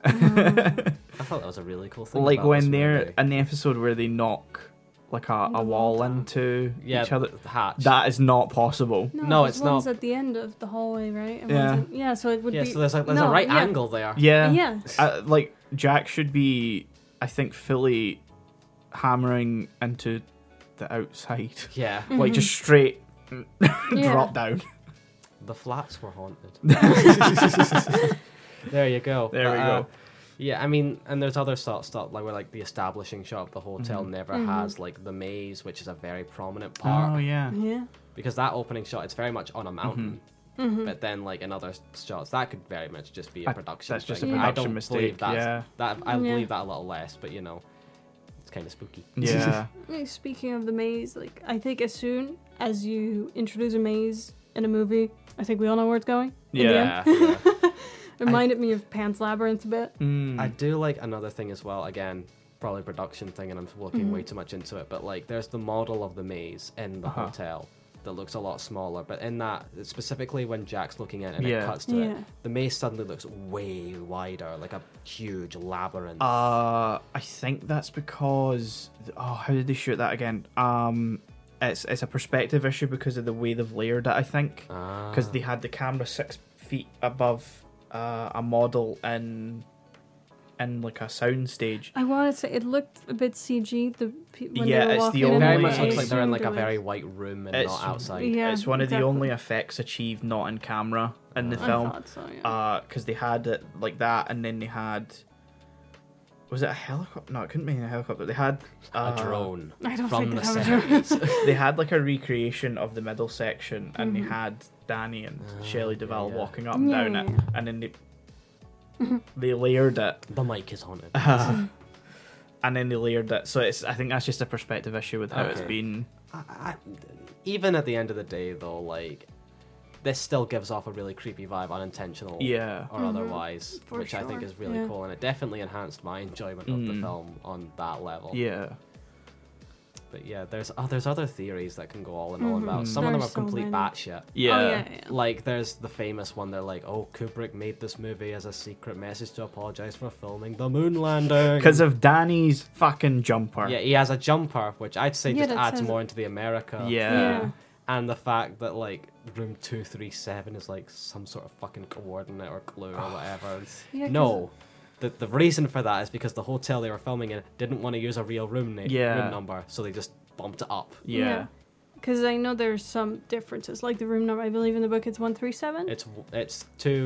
S3: Mm-hmm.
S2: I thought that was a really cool thing.
S1: like
S2: about this
S1: when they're
S2: movie.
S1: in the episode where they knock like a, a wall into
S2: yeah,
S1: each other,
S2: the hatch.
S1: that is not possible.
S3: No,
S2: No,
S3: there's
S2: it's
S3: one's
S2: not.
S3: at the end of the hallway, right? And
S1: Yeah.
S3: one's in- yeah, so it would
S2: yeah,
S3: be.
S2: so there's a, there's
S3: no,
S2: a right
S3: yeah.
S2: angle there.
S1: Yeah,
S3: Yeah.
S1: Uh, like Jack should be, I think, fully hammering into the outside,
S2: Yeah,
S3: Mm.
S1: like just straight
S3: Mm-hmm. Yeah.
S1: drop down.
S2: the flats were haunted. there you go.
S1: There we
S2: But, uh,
S1: go.
S2: Yeah, I mean, and there's other sort of stuff like where like the establishing shot of the hotel
S1: Mm-hmm.
S2: never
S3: Mm-hmm.
S2: has like the maze, which is a very prominent part
S1: Oh yeah,
S3: Yeah.
S2: because that opening shot it's very much on a mountain.
S3: Mm-hmm.
S2: But then, like in other s- shots, that could very much just be
S1: Mm-hmm.
S2: a
S1: I-
S2: production.
S1: that's just
S2: thing.
S1: a
S2: I
S1: production
S2: don't
S1: mistake,
S2: Believe that's,
S1: yeah.
S2: that I
S3: Yeah.
S2: believe that a little less, but you know, it's kind of spooky.
S1: yeah.
S3: Like, Speaking of the maze, like, I think as soon as you introduce a maze in a movie, I think we all know where it's going. in the end.
S1: Yeah. Hmm.
S2: yeah.
S3: Reminded me of Pan's Labyrinth a bit.
S1: Mm.
S2: I do like another thing as well. Again, probably production thing, and I'm looking
S3: Mm-hmm.
S2: way too much into it. But like, there's the model of the maze in the
S1: Uh-huh.
S2: hotel that looks a lot smaller. But in that, specifically when Jack's looking in and
S1: Yeah.
S2: it cuts to it,
S3: Yeah.
S2: the maze suddenly looks way wider, like a huge labyrinth.
S1: Uh, I think that's because oh, how did they shoot that again? Um, it's it's a perspective issue because of the way they've layered it. I think
S2: Ah.
S1: because they had the camera six feet above uh, a model in in like a sound stage.
S3: I want to say it looked a bit CG. The pe- when
S1: Yeah,
S3: they were
S1: it's
S3: walking
S1: the
S3: in,
S1: only-
S2: very
S3: I
S2: much looks like they're in
S3: assumed
S2: like
S3: it
S2: a
S3: was-
S2: very white room and
S1: It's-
S2: not outside.
S3: Yeah,
S1: it's one of the
S3: exactly.
S1: only effects achieved not in camera in the
S3: I
S1: film. Um,
S3: thought so, yeah.
S1: because they had it like that, and then they had was it a helicopter? No, it couldn't be a helicopter. They had uh,
S2: a drone
S3: I don't
S2: from
S3: think Oh,
S2: the
S3: they have a
S2: seventies.
S1: they had like a recreation of the middle section, and they had Danny and Shelley Duvall
S2: Ah, yeah.
S1: walking up and
S3: Mm-hmm. Yeah,
S1: down
S3: yeah,
S1: it, and then they they layered it,
S2: the mic is haunted.
S1: and then they layered it. So it's I think that's just a perspective issue with how it's
S2: Okay.
S1: been.
S2: I, even at the end of the day, though, like this still gives off a really creepy vibe, unintentional
S1: Yeah.
S2: or otherwise,
S3: Mm-hmm. for
S2: which I think
S3: sure,
S2: is really
S3: yeah.
S2: cool, and it definitely enhanced my enjoyment of the film on that level.
S1: Yeah,
S3: Oh,
S2: But yeah, there's oh, there's other theories that can go all in all about. Some of them
S3: There's
S2: are
S3: Mm-hmm. so
S2: complete
S3: many.
S2: batshit.
S1: yeah,
S3: Oh, yeah, yeah.
S2: Like there's the famous one. They're like, "Oh, Kubrick made this movie as a secret message to apologize for filming the moon landing."
S1: because of Danny's fucking jumper.
S2: yeah, he has a jumper, which I'd say
S3: Yeah,
S2: just
S3: that
S2: adds
S3: says-
S2: more into the America.
S1: yeah.
S3: Yeah.
S2: and the fact that like room 237 is like some sort of fucking coordinate or clue
S1: Oh.
S2: or whatever
S3: Yeah, 'cause-
S2: no the, the reason for that is because the hotel they were filming in didn't want to use a real room name
S1: Yeah.
S2: room number so they just bumped it up
S1: yeah.
S3: Because I know there's some differences, like the room number. I believe in the book it's one three seven.
S2: it's it's two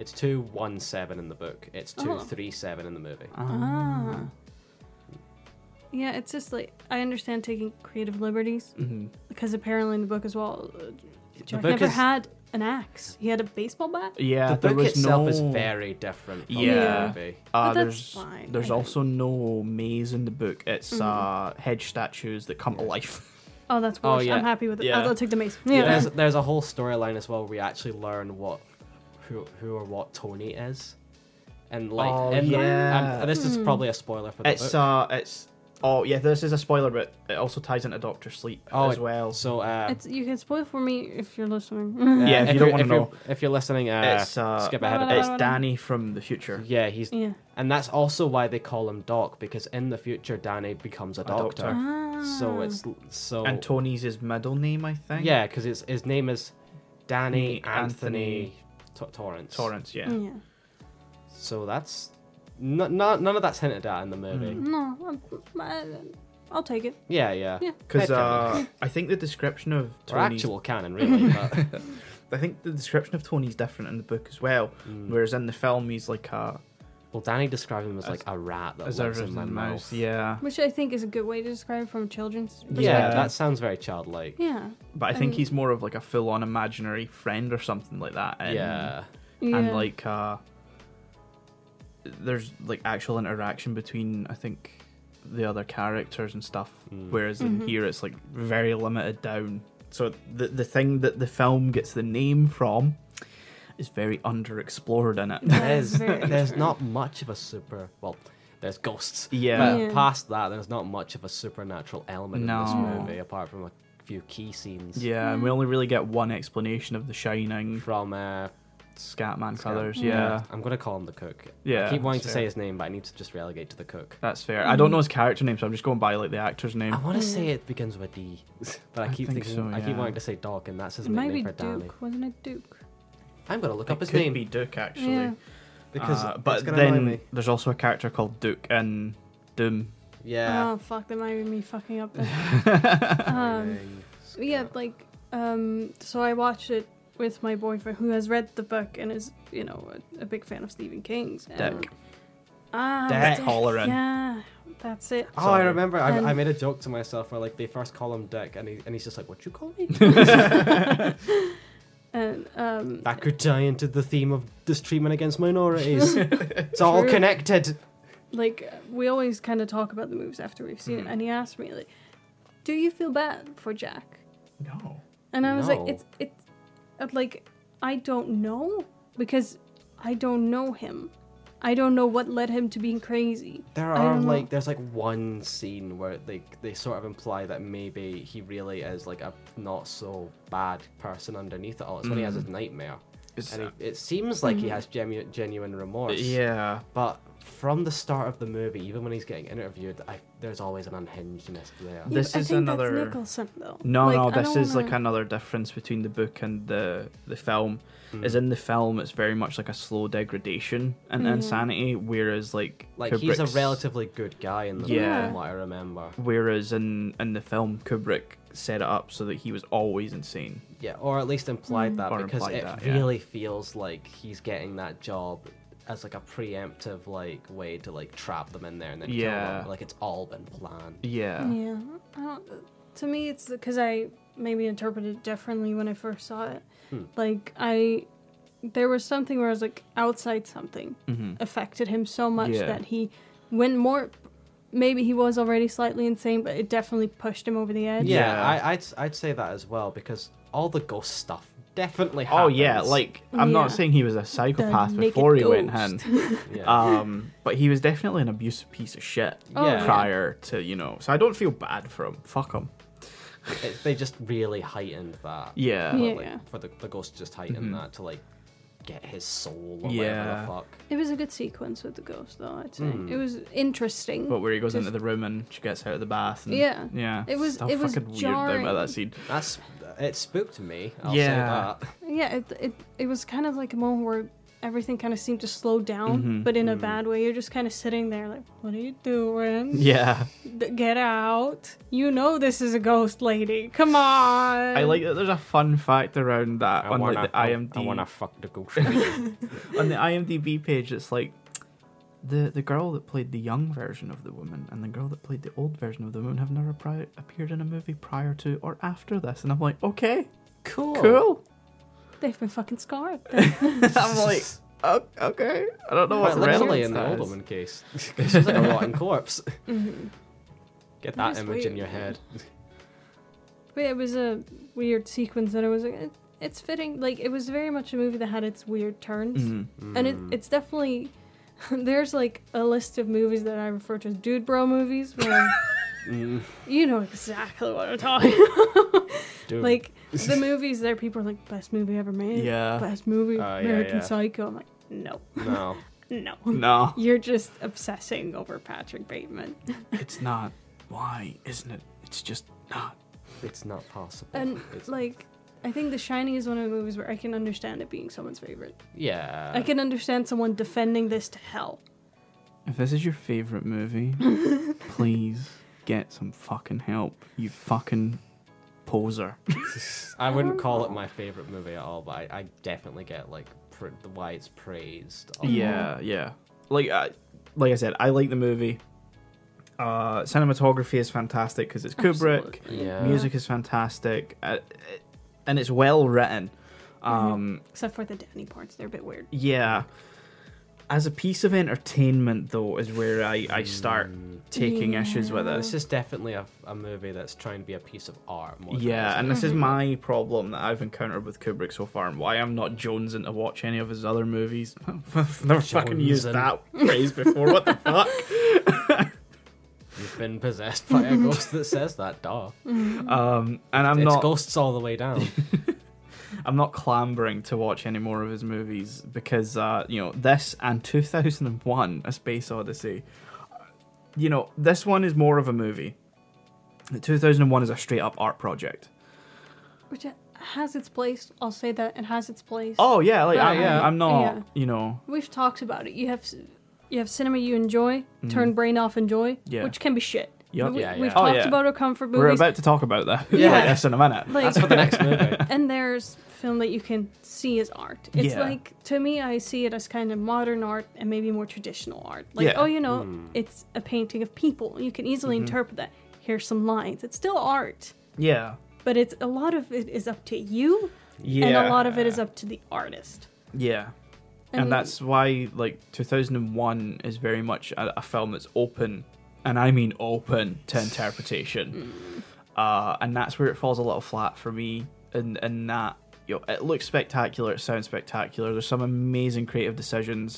S2: it's 217 in the book it's
S3: Oh.
S2: 237 in the movie um,
S3: Ah. Yeah, it's just like I understand taking creative liberties
S1: Mhm.
S3: because apparently in the book as well, uh, Jack
S2: book
S3: never
S2: is-
S3: had an axe. He had a baseball bat.
S1: Yeah,
S2: the
S1: there
S2: book
S1: was
S2: itself
S1: no...
S2: is very different from
S1: Yeah.
S2: the movie
S1: Uh,
S3: But Oh, that's
S1: there's
S3: fine, I
S1: there's
S3: think.
S1: also no maze in the book. It's
S3: Mm-hmm.
S1: uh, hedge statues that come to life.
S3: Oh, that's
S2: Oh,
S3: worse.
S2: yeah.
S3: I'm happy with it.
S1: Yeah.
S3: I'll, I'll take the mace. Yeah.
S2: There's, there's a whole storyline as well where we actually learn what who who or what Tony is, and like
S1: Oh,
S2: in the,
S1: yeah.
S2: and this is probably a spoiler for the
S1: It's
S2: book.
S1: uh, it's Oh yeah, this is a spoiler, but it also ties into Doctor Sleep
S2: Oh,
S1: as
S2: it-
S1: well.
S2: So uh,
S3: It's you can spoil for me if you're listening.
S2: uh,
S1: Yeah, if you don't
S2: you're-
S1: wanna
S2: you're-
S1: know.
S2: if you're listening, uh,
S1: it's uh,
S2: skip ahead a bit.
S1: it's Danny from the future.
S2: Yeah, he's
S3: yeah.
S2: and that's also why they call him Doc because in the future Danny becomes a,
S1: A
S2: doctor.
S1: doctor.
S3: Ah.
S2: So it's so
S1: And Tony's his middle name, I think.
S2: yeah, because his his name is Danny
S1: Danny
S2: Anthony, T- Torrance.
S1: Torrance. Yeah.
S3: Ah. yeah.
S2: So that's n- n- none of that's hinted at in the movie.
S1: Mhm.
S3: No, I, I- I'll take it.
S2: Yeah, yeah.
S3: Yeah.
S1: Because
S2: Head
S1: uh, I think the description of
S2: Or
S1: Tony's,
S2: actual canon, really. but,
S1: I think the description of Tony's different in the book as well.
S2: mm.
S1: Whereas in the film, he's like a
S2: Well, Danny described him as
S1: As-
S2: like a rat that
S1: as
S2: lives
S1: a
S2: in my mouth.
S1: Yeah,
S3: Which I think is a good way to describe it from a children's perspective.
S2: Yeah,
S1: Yeah.
S2: that sounds very childlike.
S3: Yeah.
S1: but I think
S3: Um,
S1: he's more of like a full-on imaginary friend or something like that. And,
S2: Yeah.
S3: yeah.
S1: and like uh, there's like actual interaction between I think the other characters and stuff.
S2: Mm.
S1: Whereas
S3: Mhm.
S1: in here, it's like very limited down. So the the thing that the film gets the name from is very underexplored in it.
S3: That
S2: There's,
S3: is very
S2: there's
S3: true.
S2: not much of a super. Well, there's ghosts.
S1: Yeah.
S2: But
S3: Yeah.
S2: past that, there's not much of a supernatural element in
S1: No.
S2: this movie, apart from a few key scenes
S1: Yeah, and we only really get one explanation of the Shining
S2: from. Uh,
S1: Scatman
S2: Scat-
S1: Crothers.
S3: Mm.
S1: Yeah,
S2: I'm gonna call him the cook.
S1: yeah.
S2: I keep wanting to
S1: that's
S2: say
S1: fair.
S2: his name, but I need to just relegate to the cook.
S1: That's fair. I don't know his character name, so I'm just going by like the actor's name.
S2: I want
S3: Mm.
S2: to say it begins with a D, but I
S1: I
S2: keep
S1: think
S2: thinking
S1: so,
S2: I keep
S1: yeah.
S2: wanting to say Doc, and that's his
S3: it might be
S2: nickname for
S3: Duke,
S2: Danny.
S3: wasn't it Duke?
S2: I'm gonna look
S1: It
S2: up his
S1: could
S2: name Uh,
S1: be Duke actually.
S3: Yeah.
S2: because
S1: Uh,
S2: it's
S1: but
S2: gonna annoy
S1: then
S2: me.
S1: there's also a character called Duke in Doom.
S2: yeah.
S3: Oh fuck, that might be me fucking up. then. um, yeah, like um, so I watched it with my boyfriend who has read the book and is you know a, a big fan of Stephen King's. and-
S1: Dick.
S3: Ah,
S1: Dick
S3: Dick,
S1: Halloran.
S3: Yeah, that's it.
S2: Oh, I
S1: Sorry.
S2: remember. I, I
S3: And-
S2: made a joke to myself where like they first call him Dick, and he, and he's just like, "What you call me?"
S3: And um,
S2: that could tie into the theme of this treatment against minorities. it's all
S3: True.
S2: connected.
S3: like we always kind of talk about the movies after we've seen
S2: Hmm.
S1: Mhm.
S3: it, and he asked me like, "Do you feel bad for Jack?"
S1: No.
S3: And I was
S2: No.
S3: like, "It's it's I'm like I don't know because I don't know him. I don't know what led him to being crazy."
S2: There
S3: I
S2: are
S3: don't know.
S2: like there's like one scene where like they sort of imply that maybe he really is like a not so bad person underneath it all. It's when he has his nightmare,
S1: It's,
S2: and he, it seems like he has genuine genuine remorse.
S1: yeah.
S2: But from the start of the movie, even when he's getting interviewed, I, there's always an unhingedness
S1: Yeah.
S2: there.
S1: This
S3: I
S1: is
S3: think
S1: another-
S3: That's Nicholson though.
S1: No,
S3: Like,
S1: no,
S3: I
S1: this
S3: don't
S1: is
S3: wanna-
S1: like another difference between the book and the the film.
S2: Hmm.
S1: Is in the film, it's very much like a slow degradation and
S3: Yeah.
S1: insanity, whereas like
S2: Like he's a
S1: Kubrick's-
S2: relatively good guy in the
S1: Yeah.
S2: film, what I remember.
S1: Whereas in in the film, Kubrick set it up so that he was always insane.
S2: Yeah, or at least implied that
S1: Or
S2: because
S1: implied
S2: it
S1: that, yeah.
S2: really feels like he's getting that job as like a preemptive like way to like trap them in there and then kill
S1: Yeah.
S2: them. Like it's all been planned.
S1: Yeah.
S3: Yeah, I don't, to me, it's because I maybe interpreted it differently when I first saw it.
S2: Hmm.
S3: Like I, there was something where I was like outside something
S1: Mm-hmm.
S3: affected him so much
S1: Yeah.
S3: that he went more. Maybe he was already slightly insane, but it definitely pushed him over the edge.
S2: Yeah,
S1: Yeah.
S2: I, I'd I'd say that as well because all the ghost stuff definitely.
S1: Oh
S2: Happens.
S1: yeah, like I'm
S3: Yeah.
S1: not saying he was a psychopath
S3: naked
S1: before he went
S3: ghost.
S1: in,
S2: yeah,
S1: um, but he was definitely an abusive piece of shit
S3: Oh,
S2: yeah.
S1: prior to you know. So I don't feel bad for him. Fuck him.
S2: it- they just really heightened that.
S1: Yeah.
S3: Yeah.
S2: Like, For the the ghost just heightened
S1: Mhm.
S2: that to like get his soul or whatever
S1: Yeah.
S2: the fuck.
S3: It was a good sequence with the ghost, though. I'd say
S2: Hmm.
S3: it was interesting.
S1: But where he goes
S3: Just-
S1: into the room and she gets out of the bath. And,
S3: Yeah.
S1: Yeah.
S3: It was-
S1: so
S3: it was
S1: fucking weird though, about
S3: jarring.
S1: that scene.
S2: That's it spooked me. I'll
S1: Yeah.
S2: say that.
S3: yeah, it, it it was kind of like a moment where everything kind of seemed to slow down,
S1: Mhm.
S3: but in a
S2: Mm.
S3: bad way. You're just kind of sitting there, like, what are you doing?
S1: Yeah.
S3: D- Get out. You know this is a ghost lady. Come on.
S1: I like that. There's a fun fact around that on like the IMDb.
S2: I wanna fuck the ghost.
S1: on the IMDb page, it's like the the girl that played the young version of the woman and the girl that played the old version of the woman have never pri- appeared in a movie prior to or after this. And I'm like, okay,
S2: cool.
S1: cool.
S3: They've been fucking scarred.
S1: I'm like, o- okay. I don't know what
S2: Quite literally
S1: relevance
S2: in the
S1: that
S2: old
S1: is.
S2: woman case. She's like a rotten corpse.
S3: Mhm.
S2: Get
S3: That
S2: that,
S3: is
S2: image in
S3: weird.
S2: your head.
S3: But yeah, it was a weird sequence, and it was like, it, it's fitting. Like it was very much a movie that had its weird turns,
S1: Mhm.
S3: and
S2: Hmm.
S3: it, it's definitely. There's like a list of movies that I refer to as dude bro movies where
S2: Mm,
S3: You know exactly what I'm talking about.
S2: dude.
S3: like the movies there, people are like, best movie ever made.
S1: Yeah.
S3: Best movie,
S2: Oh, yeah,
S3: American
S2: yeah.
S3: Psycho. I'm like, no,
S2: no.
S3: no.
S1: No,
S3: You're just obsessing over Patrick Bateman.
S1: it's not. Why isn't it? It's just not.
S2: It's not possible.
S3: And
S2: It's-
S3: like, I think The Shining is one of the movies where I can understand it being someone's favorite.
S2: yeah.
S3: I can understand someone defending this to hell.
S1: If this is your favorite movie, please get some fucking help. You fucking poser.
S2: I wouldn't call
S1: Oh.
S2: it my favorite movie at all, but I, I definitely get like pr- why it's praised. a lot.
S1: Yeah, yeah. Like, I, like I said, I like the movie. Uh, cinematography is fantastic because it's Kubrick.
S3: Absolutely.
S2: Yeah.
S1: Music is fantastic, uh, it- and it's well written. Um,
S3: Except for the Danny parts, they're a bit weird.
S1: Yeah. As a piece of entertainment, though, is where I, I start taking issues with
S2: This
S1: it.
S2: is definitely a, a movie that's trying to be a piece of art. More than
S1: Yeah,
S2: it
S1: and
S2: is
S1: this is my problem that I've encountered with Kubrick so far, and why I'm not jonesing to watch any of his other movies. I've never fucking used
S2: Jonesing.
S1: that phrase before. What the fuck?
S2: a- You've been possessed by a ghost that says that, duh.
S1: Um, and I'm
S2: it's
S1: not
S2: ghosts all the way down.
S1: I'm not clambering to watch any more of his movies because uh, you know this and 2001: A Space Odyssey. You know this one is more of a movie. 2001 is a straight up art project.
S3: Which has its place. I'll say that it has its place.
S1: Oh yeah, like
S3: Yeah,
S1: I'm,
S2: yeah.
S1: I'm not.
S3: Yeah.
S1: You know,
S3: We've talked about it. You have you have cinema you enjoy, turn brain off enjoy,
S1: Mm-hmm. Yeah.
S3: which can be shit.
S1: Yup.
S3: We,
S2: Yeah,
S3: We've
S2: yeah.
S1: Oh,
S3: talked
S1: yeah.
S3: about our comfort
S1: we're
S3: movies.
S1: about to talk about that.
S3: Yeah.
S1: like this in a minute.
S3: like,
S2: That's for the next movie.
S3: and there's film that you can see as art. It's
S1: Yeah.
S3: like to me, I see it as kind of modern art and maybe more traditional art. Like,
S1: Yeah. Mm-hmm.
S3: oh, you know, it's a painting of people. You can easily interpret that. Here's some lines. It's still art,
S1: yeah,
S3: but it's a lot of it is up to you,
S1: yeah,
S3: and a lot of it is up to the artist.
S1: yeah. and that's why like 2001 is very much a, a film that's open and i mean open to interpretation
S3: Mm.
S1: uh, and that's where it falls a little flat for me and and that you know, it looks spectacular it sounds spectacular there's some amazing creative decisions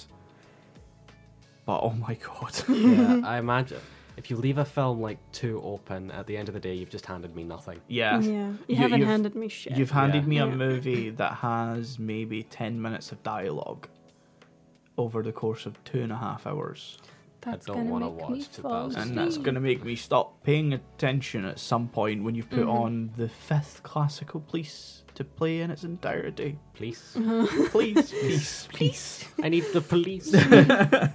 S1: but oh my god
S2: yeah, I imagine. If you leave a film like too open, at the end of the day, you've just handed me nothing.
S1: yeah
S3: yeah. You,
S1: You-
S3: haven't
S1: you've-
S3: handed me shit.
S1: You've handed me a
S3: Yeah.
S1: movie that has maybe 10 minutes of dialogue over the course of two and a half hours.
S3: That's
S2: don't
S3: gonna
S2: wanna
S3: make
S2: watch
S3: me fall
S2: 2000.
S1: and that's
S3: asleep.
S1: going to make me stop paying attention at some point when you've put
S2: Mm-hmm.
S1: on the fifth classical piece to play in its entirety.
S2: Police.
S1: Please, please, please.
S2: I need the police.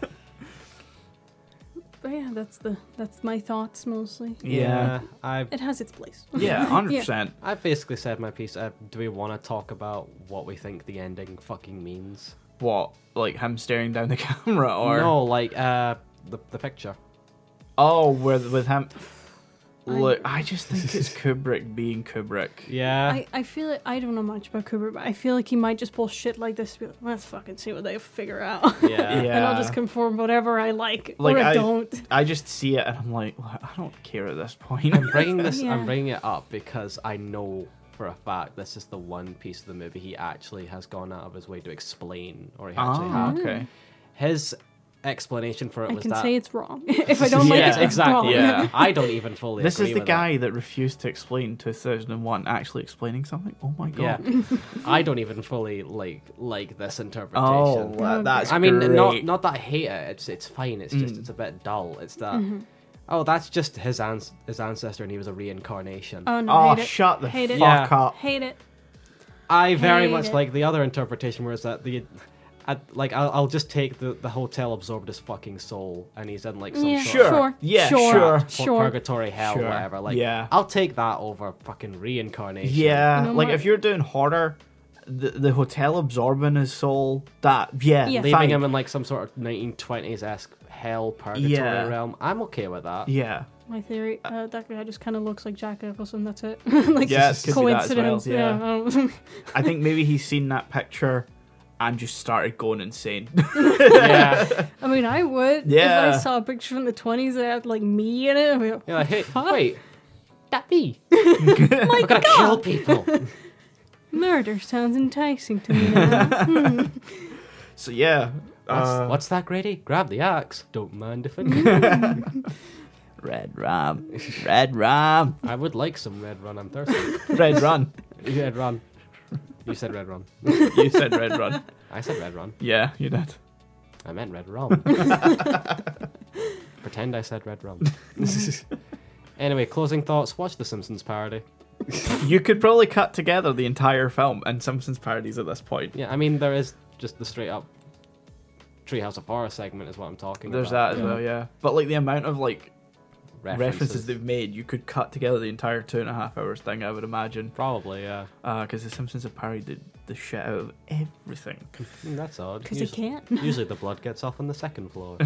S3: But yeah, that's the that's my thoughts mostly.
S1: Yeah,
S2: I've
S3: It has its place.
S1: yeah, hundred percent.
S2: I've basically said my piece. Uh, do we want to talk about what we think the ending fucking means?
S1: What, like him staring down the camera, or
S2: no, like uh, the the picture.
S1: oh, with with him?
S3: I-
S1: Look, I just think it's Kubrick being Kubrick.
S2: Yeah,
S3: I, I feel it. I don't know much about Kubrick, but I feel like he might just pull shit like this. Be like, Let's fucking see what they figure out,
S2: yeah,
S1: Yeah.
S3: and I'll just conform whatever I like,
S1: Like,
S3: or I,
S1: I-
S3: don't.
S1: I just see it and I'm like, "Look, I don't care at this point.
S2: I'm bringing this.
S3: Yeah.
S2: I'm bringing it up because I know for a fact this is the one piece of the movie he actually has gone out of his way to explain, or he actually
S1: Ah,
S2: had.
S1: okay.
S2: His explanation for it
S3: I
S2: was
S3: can
S2: that.
S3: say it's wrong if I don't like
S2: yeah,
S3: it. It's wrong.
S2: exactly.
S1: Yeah.
S2: I don't even fully.
S1: This is
S2: agree
S1: the
S2: with
S1: guy that refused to explain 2001 actually explaining something. Oh my
S2: it.
S1: god.
S2: Yeah, I don't even fully like like this interpretation.
S1: Oh, well,
S3: Okay.
S1: that's
S2: I mean, not
S1: great. Mm.
S2: not that I hate it. It's it's fine. It's just it's a bit dull. It's that.
S3: Mm-hmm.
S2: Oh, that's just his ans- his ancestor, and he was a reincarnation.
S3: Oh no!
S1: Oh,
S3: hate it.
S1: shut the
S3: hate
S1: fuck
S3: it.
S2: Yeah.
S1: up.
S3: Hate it.
S2: I very
S3: hate
S2: much
S3: it.
S2: like the other interpretation, where it's that the, I, like I'll, I'll just take the the hotel absorbed his fucking soul, and he's in like some
S3: Yeah.
S2: sort
S1: Sure.
S2: of
S1: Yeah,
S3: Sure.
S1: sure.
S2: pur-
S3: Sure.
S2: purgatory hell,
S1: Sure.
S2: whatever. Like,
S1: Yeah.
S2: I'll take that over fucking reincarnation.
S1: Yeah,
S3: You know
S1: like
S3: what?
S1: if you're doing horror, the, the hotel absorbing his soul, that, yeah,
S3: Yeah.
S2: leaving
S1: fine.
S2: him in like some sort of 1920s esque hell purgatory
S1: Yeah.
S2: realm. I'm okay with that.
S1: yeah.
S3: My theory. Uh, that guy just kind of looks like Jack Nicholson. That's it. like
S1: Yeah,
S3: it's
S1: it could be that as well,
S3: coincidence. Um,
S1: yeah.
S3: I don't-
S1: I think maybe he's seen that picture and just started going insane.
S2: yeah.
S3: I mean, I would. If
S1: Yeah.
S3: I saw a picture from the 20s that had like me in it, I'd be like,
S2: You're like, hey, wait, that me? We're gonna kill people.
S3: murder sounds enticing to me now.
S1: so yeah,
S2: What's,
S1: uh,
S2: what's that, Grady? Grab the axe. Don't mind if I do.
S1: Red Ram. Red Ram.
S2: I would like some red run. I'm thirsty.
S1: Red Run.
S2: red run. You said red run.
S1: You said Red Run.
S2: I said red run.
S1: Yeah, you did.
S2: I meant red rum. Pretend I said red rum. anyway, closing thoughts. Watch the Simpsons parody.
S1: You could probably cut together the entire film and Simpsons parodies at this point.
S2: Yeah, I mean there is just the straight up Treehouse of Horror segment is what I'm talking
S1: There's that as
S2: about.
S1: well, yeah. But like the amount of like
S2: References.
S1: references. they've made, you could cut together the entire two and a half hours thing, I would imagine.
S2: Probably, yeah.
S1: Because The Simpsons have parodied the shit out of everything.
S2: Mm, that's odd.
S3: Because he
S2: Usu-
S3: can't.
S2: Usually the blood gets off on the second floor.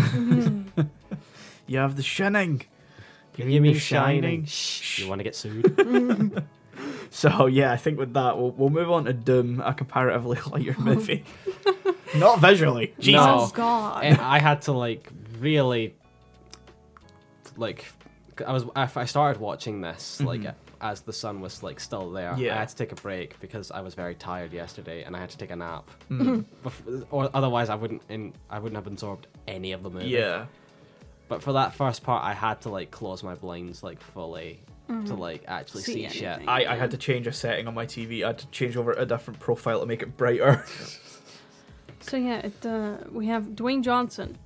S1: You have The Shining.
S2: you mean shining? Shh. You want to get sued?
S1: So yeah, I think with that we'll, we'll move on to Doom, a comparatively lighter movie. Not visually. Jesus.
S2: No.
S3: Oh God.
S2: And I had to like really, like, I was I I started watching this like as the sun was like still there.
S1: Yeah.
S2: I had to take a break because I was very tired yesterday, and I had to take a nap. Bef- or otherwise, I wouldn't in, I wouldn't have absorbed any of the movie.
S1: Yeah.
S2: But for that first part, I had to like close my blinds like fully to like actually
S3: See
S2: see, shit.
S3: anything.
S1: I, I had to change a setting on my TV. I had to change over to a different profile to make it brighter.
S3: So yeah, it, uh, we have Dwayne Johnson.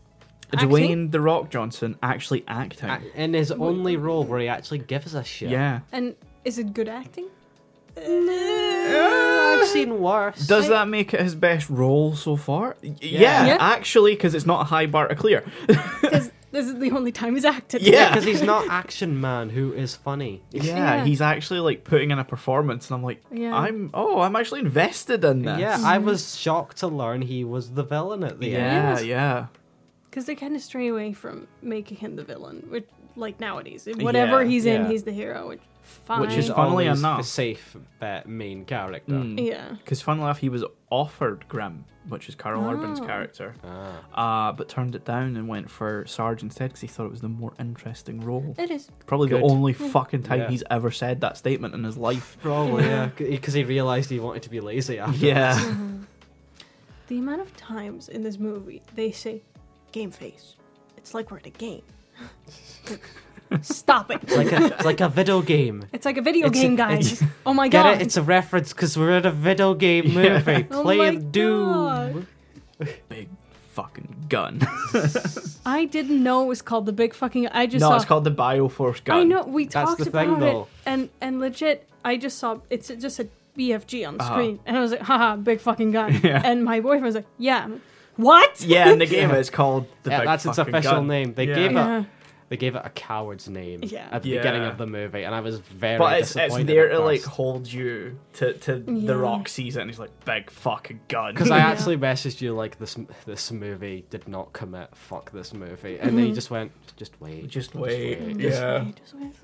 S3: Acting?
S1: Dwayne The Rock Johnson actually acting.
S2: A- In his only role where he actually gives a shit.
S1: yeah.
S3: And is it good acting? Uh,
S2: I've seen worse.
S1: Does
S3: I-
S1: that make it his best role so far? Y- Yeah,
S3: Yeah.
S1: actually, because it's not a high bar to clear.
S3: Because this is the only time he's acted.
S1: Yeah.
S2: Because he's not Action Man, who is funny.
S1: Yeah,
S3: Yeah.
S1: he's actually like putting in a performance, and I'm like,
S3: Yeah.
S1: I'm oh, I'm actually invested in this.
S2: Yeah, I was shocked to learn he was the villain at the end.
S1: yeah,
S3: Yes.
S1: yeah.
S3: Because they kind of stray away from making him the villain, which like nowadays, whatever
S1: Yeah,
S3: he's in,
S2: yeah.
S3: he's the hero. Which fine.
S1: Which is
S2: He's
S1: Funnily
S2: always
S1: enough-
S2: the safe
S1: uh,
S2: bet main character.
S3: yeah.
S1: Because fun Mm. enough, he was offered Grimm, which is Carl Urban's
S3: Oh.
S1: character,
S2: Ah.
S1: uh, but turned it down and went for Sarge instead because he thought it was the more interesting role.
S3: It is.
S1: Probably
S2: Good.
S1: the only fucking time
S2: Yeah.
S1: he's ever said that statement in his life.
S2: Probably,
S3: Yeah.
S2: yeah, because he realized he wanted to be lazy after.
S1: Yeah.
S3: The amount of times in this movie they say game face. It's like we're in a game. Stop it.
S2: It's like a, it's like a video game.
S3: It's like a video
S2: It's-
S3: game,
S2: it's-
S3: guys. oh my
S2: Get
S3: god.
S2: it? It's a reference because we're in a video game movie.
S3: Oh
S2: Play
S3: my
S2: Doom.
S3: God.
S1: Big fucking gun.
S3: I didn't know it was called the big fucking. I just
S1: no,
S3: saw.
S1: it's called the Bioforce gun.
S3: I know we
S2: That's
S3: talked
S2: the
S3: about
S2: thing,
S3: it,
S2: though.
S3: and and legit, I just saw it's just a BFG on the
S2: Uh-huh.
S3: screen, and I was like, haha, big fucking gun.
S1: Yeah.
S3: And my boyfriend was like, yeah, I'm like, what?
S1: Yeah, in the game it's called the
S2: Yeah,
S1: big
S2: that's its
S1: fucking
S2: official
S1: gun.
S2: name. They
S1: Yeah.
S2: gave
S3: Yeah.
S2: it they gave it a coward's name
S3: Yeah.
S2: at the
S1: Yeah.
S2: beginning of the movie, and I was very
S1: But it's,
S2: disappointed.
S1: it's there
S2: at
S1: to like
S2: first.
S1: hold you to, to
S3: Yeah.
S1: the rock sees it and he's like big fucking gun.
S2: Because I
S3: Yeah.
S2: actually messaged you like this this movie did not commit fuck this movie, and then you just went just wait,
S1: Mm-hmm. just wait.
S2: wait.
S1: Yeah.
S3: Just wait, just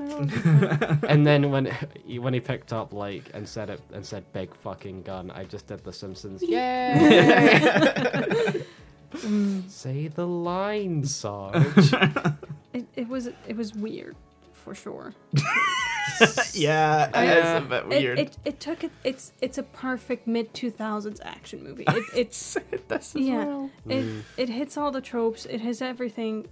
S3: wait.
S2: and then when he, when he picked up like and said it and said big fucking gun, I just did the Simpsons. Yeah, say the line, Sarge.
S3: it, it was it was weird, for sure.
S1: yeah,
S2: I-
S1: it is
S2: Yeah.
S1: a bit
S3: It,
S1: weird.
S3: it it took it. It's it's a perfect mid two thousands action movie. It, it's
S1: this is
S3: yeah. It it hits all the tropes. It hits everything.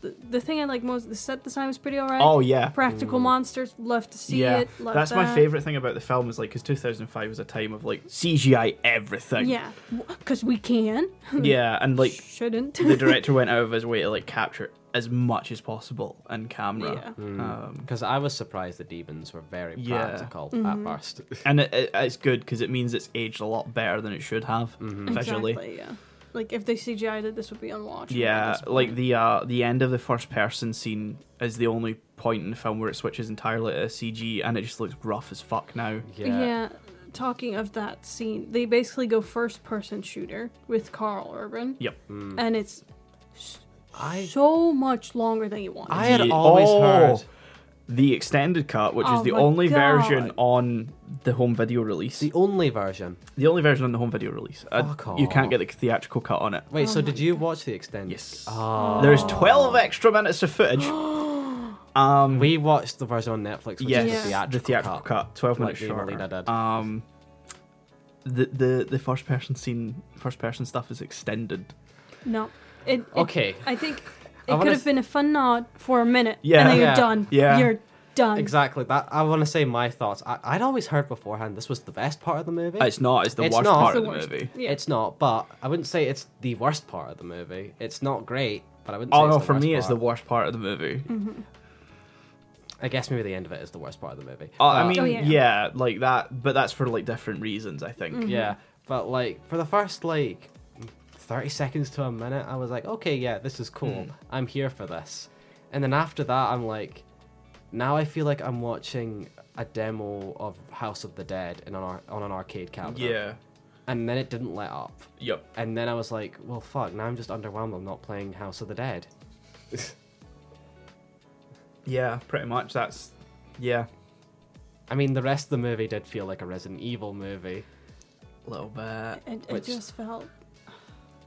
S3: The, the thing I like most, the set design was pretty alright.
S1: Oh yeah.
S3: Practical monsters, love to see
S1: yeah,
S3: it. Love
S1: that's my
S3: that.
S1: favorite thing about the film is like because 2005 was a time of like CGI everything.
S3: Yeah, because we can.
S1: yeah, and like
S3: shouldn't.
S1: the director went out of his way to like capture as much as possible in camera. Um,
S2: Because Hmm. I was surprised the demons were very
S1: Yeah.
S2: practical at first.
S1: and it, it, it's good because it means it's aged a lot better than it should have mm,
S2: Mm-hmm.
S1: visually.
S3: Exactly. Yeah. Like if they CGI'd it, this would be unwatchable. at
S1: Yeah,
S3: this point.
S1: like the uh, the end of the first person scene is the only point in the film where it switches entirely to CG, and it just looks rough as fuck now.
S3: Yeah. Talking of that scene, they basically go first person shooter with Carl Urban,
S1: Yep.
S2: Mm.
S3: and it's
S2: I
S3: so much longer than you want.
S2: I had
S1: The-
S2: always
S1: oh,
S2: heard
S1: the extended cut, which
S3: Oh
S1: is the
S3: my
S1: only
S3: God.
S1: version on the home video release.
S2: the
S1: The,
S2: only version.
S1: only version on the home video release. Uh,
S2: Fuck
S1: you can't
S2: off.
S1: get the theatrical cut on it.
S2: Wait, so did you watch the extended?
S1: Yes.
S2: Oh.
S1: There's 12 extra minutes of footage. um,
S2: We watched the version on Netflix, which
S1: yes,
S2: is the theatrical,
S1: the theatrical
S2: cut.
S1: cut, 12
S2: Like
S1: minutes
S2: the
S1: short.
S2: Molina did.
S1: Um, the, the the first person scene, first person stuff is extended.
S3: no. It, it-
S2: Okay.
S3: I think It could
S2: wanna
S3: have
S2: s-
S3: been a fun nod for a minute,
S1: Yeah.
S3: and then
S2: Yeah.
S3: you're done.
S1: Yeah.
S3: you're done.
S2: Exactly. That I want to say my thoughts. I, I'd always heard beforehand this was the best part of the movie.
S1: It's not. It's the
S2: It's
S1: worst
S2: not.
S1: part
S3: It's
S1: of
S3: the
S1: the
S3: worst.
S1: movie.
S3: Yeah.
S2: It's not, but I wouldn't say it's the worst part of the movie. It's not great, but I wouldn't.
S1: Oh
S2: say
S1: no,
S2: it's the
S1: for
S2: worst
S1: me, it's the
S2: part.
S1: worst part of the movie.
S3: Mm.
S2: I guess maybe the end of it is the worst part of the movie.
S1: Uh,
S2: But-
S1: I mean,
S3: Oh, yeah.
S1: yeah. like that, but that's for like different reasons, I think.
S3: Mm.
S2: yeah, but like for the first like thirty seconds to a minute, I was like, okay, yeah, this is cool.
S1: Hmm.
S2: I'm here for this. And then after that, I'm like, now I feel like I'm watching a demo of House of the Dead in an ar- on an arcade cabinet.
S1: Yeah.
S2: And then it didn't let up.
S1: Yep.
S2: And then I was like, well, fuck. Now I'm just underwhelmed. I'm not playing House of the Dead.
S1: Yeah, pretty much. That's yeah,
S2: I mean, the rest of the movie did feel like a Resident Evil movie.
S1: a little bit.
S3: It, it
S2: uh, Which-
S3: just felt.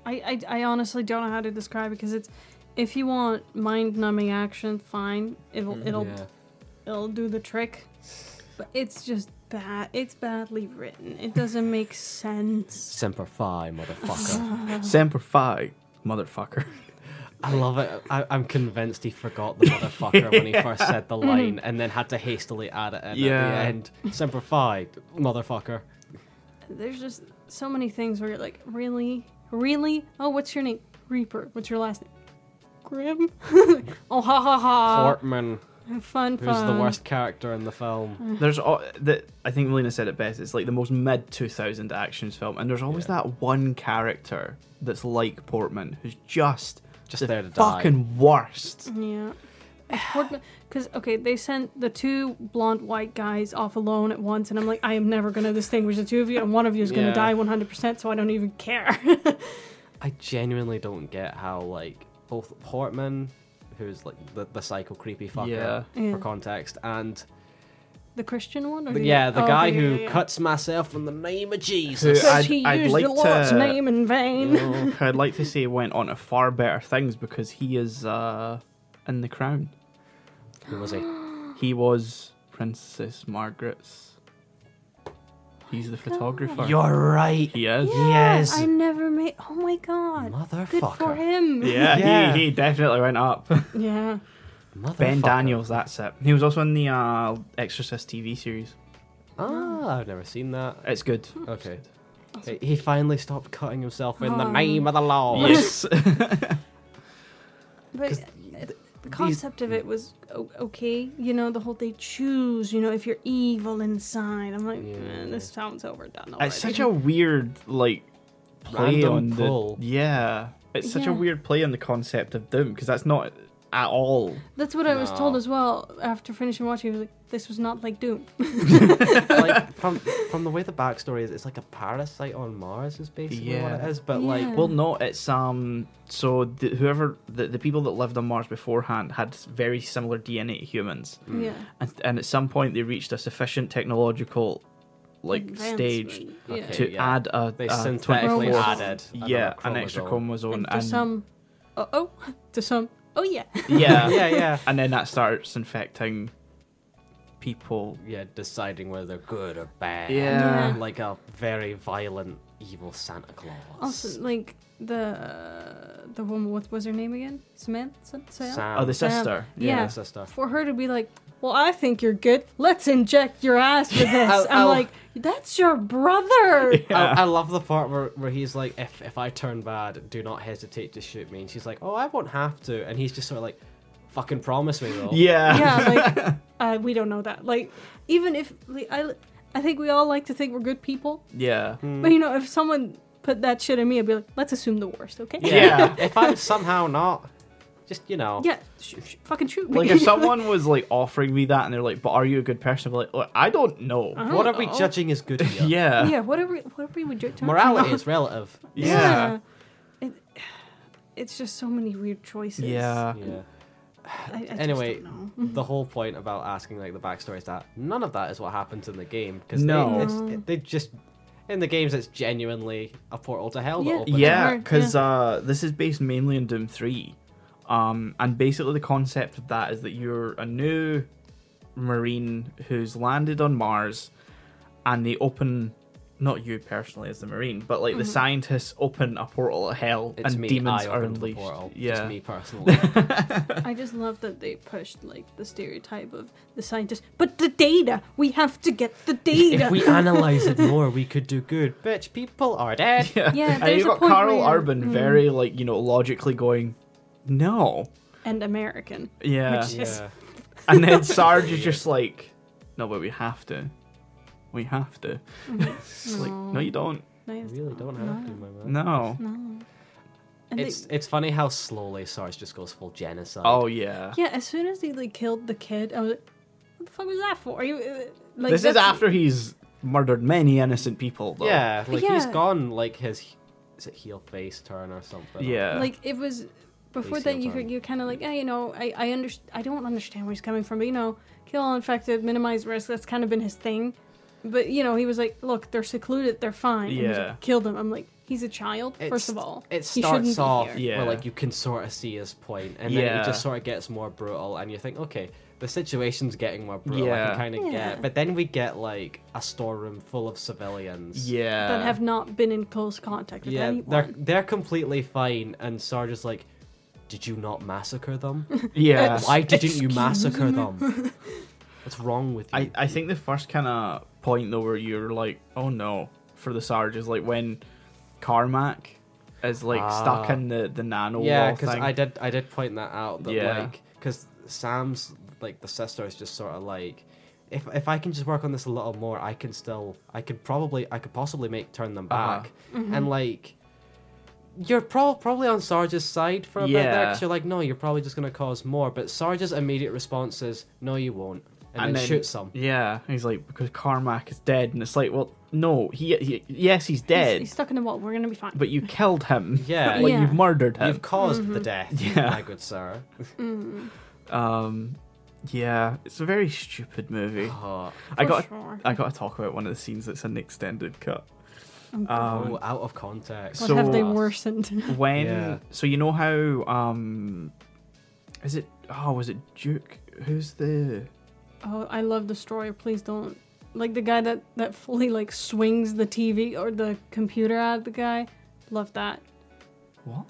S3: I, I I honestly don't know how to describe it because it's, if you want mind numbing action, fine. It'll it'll
S2: Mm-hmm. Yeah.
S3: it'll do the trick. But it's just bad. It's badly written. It doesn't make sense.
S2: Semper Fi, motherfucker.
S3: Uh-huh.
S1: Semper Fi, motherfucker.
S2: I love it. I, I'm convinced he forgot the motherfucker when he first said the
S3: Mm-hmm.
S2: line and then had to hastily add it in at
S1: Yeah.
S2: the end. Semper Fi, motherfucker.
S3: There's just so many things where you're like, really, really. Oh, what's your name? Reaper. What's your last name? Grim. oh ha ha ha.
S2: Portman,
S3: Have fun,
S2: who's
S3: fun. Mm.
S2: the worst character in the
S3: Mm-hmm.
S2: film.
S1: There's all that I think Melina said it best. It's like the most mid two thousand actions film, and there's always that one character that's like Portman, who's just
S2: Just
S1: the
S2: there to die.
S1: fucking worst.
S3: Yeah. Because, okay, they sent the two blonde white guys off alone at once, and I'm like, I am never going to distinguish the two of you, and one of you is going to
S2: Yeah.
S3: die 100%, so I don't even care.
S2: I genuinely don't get how like both Portman, who's like the, the psycho creepy fucker
S1: Yeah.
S2: for
S3: Yeah.
S2: context, and
S3: the Christian one? Or
S2: the,
S3: the-
S2: yeah, the
S3: oh,
S2: guy
S3: okay,
S2: who
S3: yeah, yeah.
S2: cuts myself in the name of Jesus.
S1: Who-
S3: Says
S1: I'd-
S3: he
S1: I'd
S3: used
S1: like
S3: the Lord's
S1: to-
S3: name in vain.
S1: I'd like to say went on a far better things because he is uh, in the crown.
S2: Who was he?
S1: He was Princess Margaret's. He's the photographer.
S2: You're right.
S1: He is.
S3: Yeah,
S2: Yes.
S3: I never made. Oh my god. Good for
S2: Motherfucker.
S3: him.
S1: Yeah,
S2: Yeah.
S1: He, he definitely went up.
S3: Yeah.
S2: Motherfucker.
S1: ben Daniels, that's it. He was also in the uh, Exorcist TV series.
S2: Ah, I've never seen that.
S1: It's good.
S2: Okay. He- He finally stopped cutting himself in the
S3: Um,
S2: name of the law.
S1: Yes.
S3: But
S2: 'Cause
S3: uh, the concept of it was o- okay. You know, the whole they choose, you know, if you're evil inside. I'm like,
S2: Yeah.
S3: "Man, this sounds overdone already.
S1: it's such a weird like play
S2: Random
S1: on
S2: pull.
S1: the yeah. It's such
S3: Yeah.
S1: a weird play on the concept of doom because that's not at all.
S3: That's what I was told
S2: No.
S3: as well after finishing watching. I was like, this was not like Doom.
S2: like from from the way the backstory is, it's like a parasite on Mars is basically what
S1: Yeah.
S2: it is. But
S3: Yeah.
S2: like,
S1: Well, no, it's um. So the, whoever the, the people that lived on Mars beforehand had very similar DNA to humans,
S3: yeah.
S1: and, and at some point they reached a sufficient technological like stage
S3: Advancement, Yeah.
S2: Okay.
S1: to
S2: yeah.
S1: add a
S2: they
S1: a
S2: synthetically
S1: 24th
S2: added another
S1: yeah an extra
S2: chromosome.
S1: chromosome
S3: And
S1: and,
S3: to some, oh, oh, to some, oh yeah.
S1: yeah
S2: yeah, yeah,
S1: and then that starts infecting people.
S2: yeah. Deciding whether they're good or bad.
S1: Yeah.
S3: Yeah.
S2: like a very violent, evil Santa Claus.
S3: Also, like the the woman, what was her name again? Samantha. Sam?
S2: Sam,
S1: Oh, the
S3: Sam.
S1: sister.
S3: Yeah.
S2: the sister.
S3: For her to be like, well, I think you're good. Let's inject your ass with this.
S2: Ow,
S3: I'm
S2: ow.
S3: like, that's your brother.
S2: I, I love the part where, where he's like, if if I turn bad, do not hesitate to shoot me. And she's like, oh, I won't have to. And he's just sort of like, fucking promise me though.
S1: Yeah.
S3: yeah, like uh, we don't know that. Like, even if like, I, I think we all like to think we're good people,
S1: Yeah.
S3: but you know, if someone put that shit in me, I'd be like, let's assume the worst, okay?
S1: Yeah.
S2: if I'm somehow not, just you know.
S3: yeah, sh- sh- fucking shoot me.
S1: Like if someone was like offering me that and they're like, "But are you a good person?" I'm like, "Look, I don't know."
S3: I don't
S2: What are we
S3: know.
S2: judging as good here?
S1: Yeah.
S3: Uh-huh. Yeah, whatever, whatever we do.
S2: Morality is relative.
S1: Yeah.
S3: It, it's just so many weird choices.
S1: Yeah.
S2: Yeah.
S3: I, I just
S2: Anyway,
S3: don't know.
S2: the whole point about asking like the backstory is that none of that is what happens in the game because
S1: No.
S2: they, it's, it, they just in the games it's genuinely a portal to hell.
S3: Yeah.
S2: That opens
S1: Yeah,
S3: hard,
S1: because uh, this is based mainly on Doom Three, um, and basically the concept of that is that you're a new marine who's landed on Mars, and they open not you personally as the marine, but like the
S3: Mm-hmm.
S1: scientists open a portal of hell
S2: It's
S1: and
S2: me.
S1: demons
S2: I
S1: are
S2: opened the
S1: unleashed.
S2: portal.
S1: Yeah,
S2: Just me personally.
S3: I just love that they pushed like the stereotype of the scientist, but the data. We have to get the data.
S2: if we analyze it more, we could do good. Bitch, people are dead.
S1: yeah.
S3: Yeah,
S1: and
S3: there's
S1: you've
S3: a
S1: got
S3: point where
S1: Carl
S3: you're-
S1: Urban
S3: mm.
S1: very like you know logically going, no,
S3: and American.
S1: yeah,
S3: Which- Yeah.
S1: and then Sarge is just like, no, but we have to, we have to. It's like no, you don't.
S3: No,
S2: You
S3: it's-
S2: really don't have to, my man.
S1: No.
S3: No. And
S2: It's
S1: uh,
S3: they,
S2: it's funny how slowly Sarge just goes full genocide.
S1: Oh yeah.
S3: yeah, as soon as they like killed the kid, I was like, "What the fuck was that for?" Are you uh, like
S1: this is
S3: that's-
S1: after he's murdered many innocent people. Though.
S2: yeah, like he's
S3: Yeah.
S2: gone like his is it heel face turn or something.
S1: Yeah.
S3: like it was before that.
S2: sealed
S3: You
S2: time.
S3: could- you kind of like, yeah, you know, I I understand. I don't understand where he's coming from, but you know, kill all infected, minimize risk. That's kind of been his thing. But you know, he was like, look, they're secluded, they're fine. And he was like,
S1: Yeah.
S3: kill them. I'm like, he's a child,
S2: It's-
S3: first of all.
S2: it
S3: He shouldn't
S2: starts
S3: be
S2: off
S3: here.
S1: Yeah.
S2: where like you can sort of see his point, and then
S1: Yeah.
S2: it just sort of gets more brutal, and you think, okay, the situation's getting more brutal. I
S1: Yeah.
S2: can kind of
S3: Yeah.
S2: get, but then we get like a storeroom full of civilians.
S1: yeah.
S3: that have not been in close contact with
S2: yeah,
S3: anyone.
S2: they're they're completely fine, and Sarge is like, "Did you not massacre them?
S1: yeah.
S2: Why didn't you massacre them? What's wrong with you?"
S1: I, I think the first kind of point though where you're like, oh no, for the Sarge is like when Carmack is like stuck
S2: Ah.
S1: in the the nano
S2: yeah,
S1: wall
S2: because
S1: thing.
S2: I did I did point that out that
S1: Yeah.
S2: like because Sam's like the sister is just sort of like. If, if I can just work on this a little more, I can still I could probably I could possibly make turn them
S1: Uh-huh.
S2: back,
S3: Mm-hmm.
S2: and like you're pro- probably on Sarge's side for a bit there
S1: Yeah.
S2: because you're like no you're probably just gonna cause more, but Sarge's immediate response is no you won't, and,
S1: And
S2: then,
S1: then-
S2: shoots them.
S1: Yeah, he's like because Carmack is dead, and it's like, well, no, he, he yes, he's
S3: He's-
S1: dead,
S3: He's, stuck in the wall. We're gonna be fine.
S1: but you killed him.
S2: Yeah.
S1: like
S3: Yeah.
S1: you murdered him.
S2: You've caused
S3: Mm-hmm.
S2: the death,
S1: Yeah.
S2: my good sir.
S1: Um, yeah, it's a very stupid movie.
S2: Oh,
S1: I got
S3: sure.
S1: I got to talk about one of the scenes that's an extended cut. Um,
S2: oh, out of context.
S3: what
S1: so-
S3: have they worsened?
S1: when
S2: Yeah.
S1: so you know how um is it oh was it duke who's the
S3: oh, I love Destroyer. Please don't. Like the guy that that fully like swings the TV or the computer at the guy. Love that.
S1: what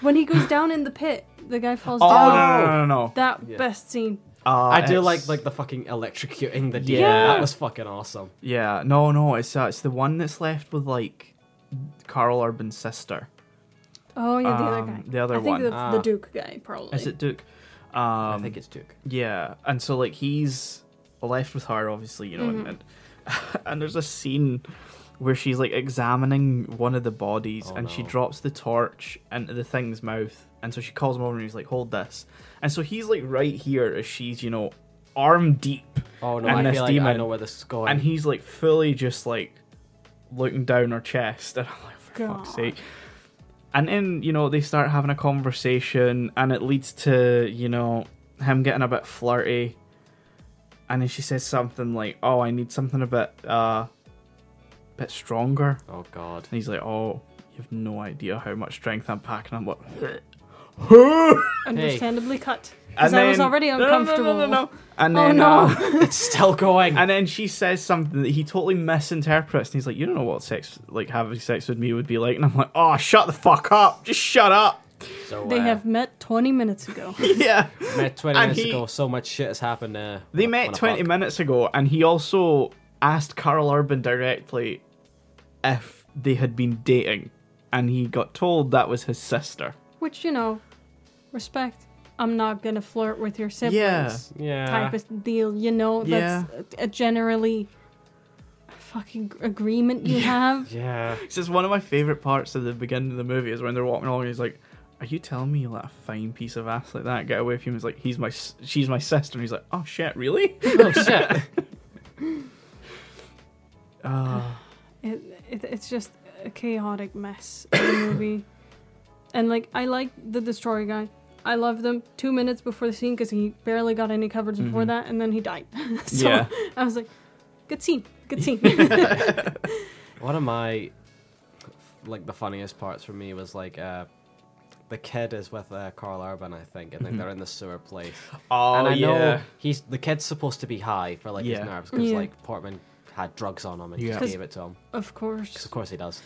S3: When he goes down in the pit, the guy falls
S1: oh
S3: down.
S1: no no no no, no.
S3: That
S2: Yeah.
S3: best scene.
S1: Uh,
S2: I do
S1: it's-
S2: like like the fucking electrocuting the deer.
S1: Yeah.
S2: That was fucking awesome.
S1: yeah no no it's uh, it's the one that's left with like carl urban's sister
S3: Oh yeah, the other
S1: Um,
S3: guy.
S1: the other
S3: I think
S1: one.
S3: that's the
S2: Ah.
S3: Duke guy, probably.
S1: is it duke um
S2: I think it's Duke.
S1: yeah and so like he's left with her obviously you know and and, and there's a scene where she's like examining one of the bodies
S2: Oh,
S1: and she
S2: no.
S1: drops the torch into the thing's mouth and so she calls him over and he's like hold this and so he's like right here as she's you know arm deep
S2: Oh no,
S1: And
S2: I
S1: this
S2: feel like I
S1: demon.
S2: know where this is going.
S1: and he's like fully just like looking down her chest and i'm like for fuck's
S3: God.
S1: sake and then you know they start having a conversation and it leads to you know him getting a bit flirty and then she says something like oh i need something a bit uh bit stronger
S2: oh god.
S1: and he's like oh you have no idea how much strength i'm packing i'm like
S3: Understandably cut.
S1: and
S3: Because I was
S1: then-
S3: already
S1: No, no, no, no, no, no,
S3: uncomfortable.
S1: no. and
S3: Oh
S1: then
S3: no.
S1: uh,
S2: It's still going.
S1: And then she says something that he totally misinterprets, and he's like, "You don't know what sex, like having sex with me would be like." And I'm like, "Oh, shut the fuck up! Just shut up!"
S2: so,
S3: They
S2: uh,
S3: have met 20 minutes ago.
S1: yeah,
S2: met 20
S1: and
S2: minutes
S1: he-
S2: ago. So much shit has happened. Uh,
S1: they
S2: wanna-
S1: met
S2: wanna
S1: 20
S2: fuck.
S1: minutes ago, and he also asked Carl Urban directly if they had been dating, and he got told that was his sister.
S3: Which, you know, respect. I'm not gonna flirt with your siblings.
S1: Yeah.
S2: Yeah.
S3: Type of deal, you know. That's a, a generally fucking agreement you have.
S2: Yeah.
S1: It's just one of my favorite parts of the beginning of the movie is when they're walking along, and he's like. Are you telling me you let a fine piece of ass like that get away from him? He's like, he's my, s- she's my sister, and he's like, oh shit, really?
S2: oh shit.
S1: Uh,
S3: It, it, it's just a chaotic mess of a movie. and like, I like the destroyer guy. I love them two minutes before the scene because he barely got any coverage before
S2: Mm-hmm.
S3: that, and then he died. so
S1: Yeah.
S3: I was like, good scene, good scene.
S2: One of my like the funniest parts for me was like uh the kid is with uh, Carl Urban, I think, and like they're in the sewer place.
S1: Mm-hmm. Oh
S2: and I
S1: yeah.
S2: know he's the kid's supposed to be high for like
S1: Yeah.
S2: his nerves because
S3: Yeah.
S2: like Portman had drugs on him and
S1: Yeah.
S2: just
S3: 'Cause-
S2: gave it to him.
S3: Of
S2: 'Cause
S3: course.
S2: of course he does.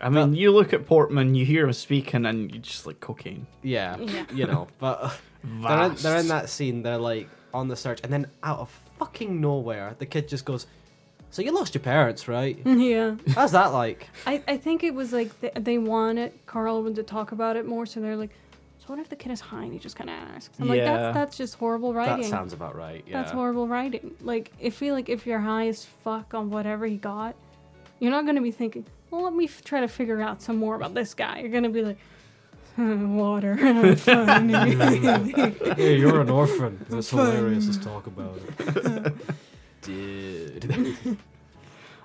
S1: I mean, you look at Portman, you hear him speaking, and you just like cocaine.
S2: Yeah,
S3: Yeah.
S2: you know. But they're in,
S1: Vast.
S2: they're in that scene. They're like on the search, and then out of fucking nowhere, the kid just goes, "So you lost your parents, right?
S3: Yeah.
S2: How's that like?"
S3: I, I think it was like they, they wanted Carl to talk about it more, so they're like, so what if the kid is high and he just kind of asks? I'm like,
S1: Yeah.
S3: that's, that's just horrible writing.
S2: That sounds about right. Yeah.
S3: That's horrible writing. Like, I feel like if you're high as fuck on whatever he got, you're not going to be thinking, well, let me f- try to figure out some more about this guy. You're going to be like, water. funny.
S2: hey, you're an orphan. That's hilarious. Let's talk about it. Dude.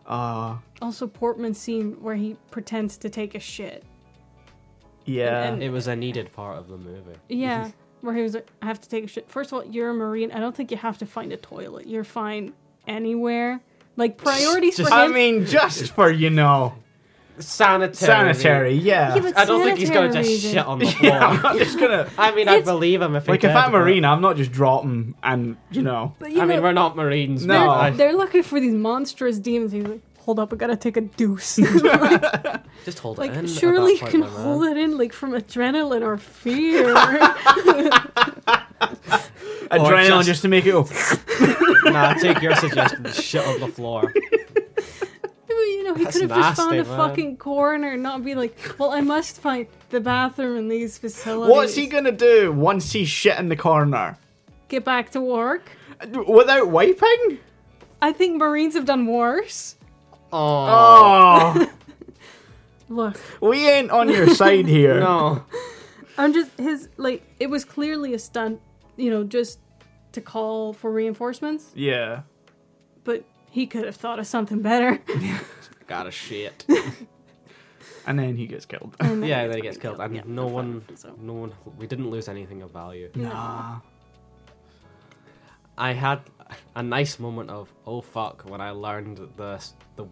S1: Uh,
S3: also, Portman's scene where he pretends to take a shit.
S1: yeah.
S3: And-
S2: It was a needed part of the movie.
S3: Yeah. Where he was like, I have to take a shit. First of all, you're a Marine. I don't think you have to find a toilet. You're fine anywhere. Like, priorities for him.
S1: I mean, just for you know,
S2: Sanitary.
S1: sanitary. Yeah.
S3: Yeah, but
S2: I don't think he's gonna
S3: sanitary
S2: just
S3: reasons.
S2: shit on the floor.
S1: yeah, I'm not just gonna.
S2: I mean, I
S3: It's-
S2: believe him if he
S1: Like if
S2: did,
S1: I'm
S2: but-
S1: marine, I'm not just dropping and you know.
S3: But, you
S2: I mean,
S3: know-
S2: we're not Marines.
S1: No.
S2: but I-
S3: They're looking for these monstrous demons. He's like, hold up, I gotta take a deuce.
S2: just hold it.
S3: like,
S2: in at
S3: surely you
S2: that point,
S3: can
S2: my man.
S3: hold it in, like, from adrenaline or fear.
S1: Adrenaline
S2: just-
S1: just... to make it go.
S2: Nah, take your suggestion. Shit on the floor.
S3: Well, you know, he
S2: That's
S3: could have just found
S2: nasty,
S3: a
S2: man.
S3: fucking corner and not be like, well, I must find the bathroom in these facilities.
S1: What's he gonna do once he's shit in the corner?
S3: Get back to work.
S1: Without wiping?
S3: I think Marines have done worse.
S2: Oh,
S1: Oh,
S3: Look,
S1: we ain't on your side here.
S2: no.
S3: I'm just his like it was clearly a stunt, you know, just to call for reinforcements,
S1: Yeah.
S3: but he could have thought of something better.
S2: Gotta shit.
S1: And then he gets killed.
S2: Yeah, and then he gets killed, and
S3: Yeah,
S2: no
S3: that's
S2: one,
S3: fine, so.
S2: no one. We didn't lose anything of value.
S1: Um, Nah.
S2: I had a nice moment of oh fuck when I learned the the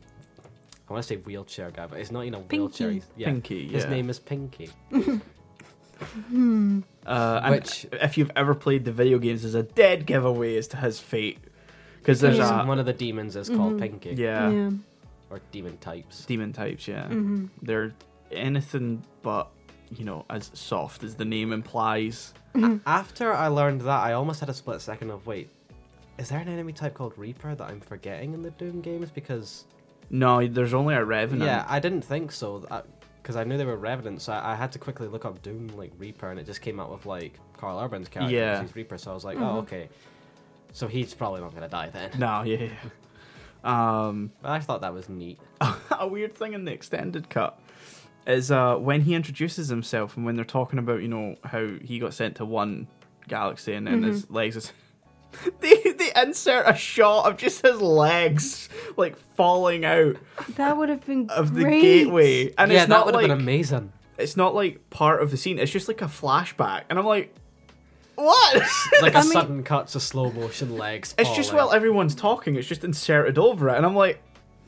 S2: I want to say wheelchair guy, but it's not even a wheelchair.
S3: Pinky.
S2: he's- Yeah,
S1: Pinky,
S2: His
S1: yeah.
S2: name is Pinky.
S1: Uh, and
S2: Which-
S1: if you've ever played the video games, there's a dead giveaway as to his fate. Because there's
S3: Yeah.
S1: a
S2: One of the demons is called Pinky,
S1: yeah,
S3: yeah. Mm-hmm.
S2: or demon types.
S1: demon types. Yeah, they're anything but you know as soft as the name implies.
S2: After I learned that, I almost had a split second of wait. Is there an enemy type called Reaper that I'm forgetting in the Doom games? Because
S1: No, there's only a revenant.
S2: yeah, I didn't think so. Because I knew they were revenants, so I, I had to quickly look up Doom like Reaper, and it just came out with like Carl Urban's character. 'cause
S1: Yeah.
S2: he's Reaper, so I was like,
S3: Mm-hmm.
S2: oh okay. So he's probably not gonna die then.
S1: No, yeah. yeah. Um,
S2: But I thought that was neat.
S1: a weird thing in the extended cut is uh, when he introduces himself and when they're talking about you know how he got sent to one galaxy and then his legs is they, they insert a shot of just his legs like falling out
S3: That would have been
S1: of the
S3: great.
S1: gateway and
S2: yeah,
S1: it's not
S2: that would
S1: like
S2: have been amazing.
S1: it's not like part of the scene it's just like a flashback and i'm like what
S2: Like
S3: I
S2: a
S3: mean-
S2: sudden cut to slow motion legs.
S1: it's just
S2: falling.
S1: while everyone's talking it's just inserted over it and i'm like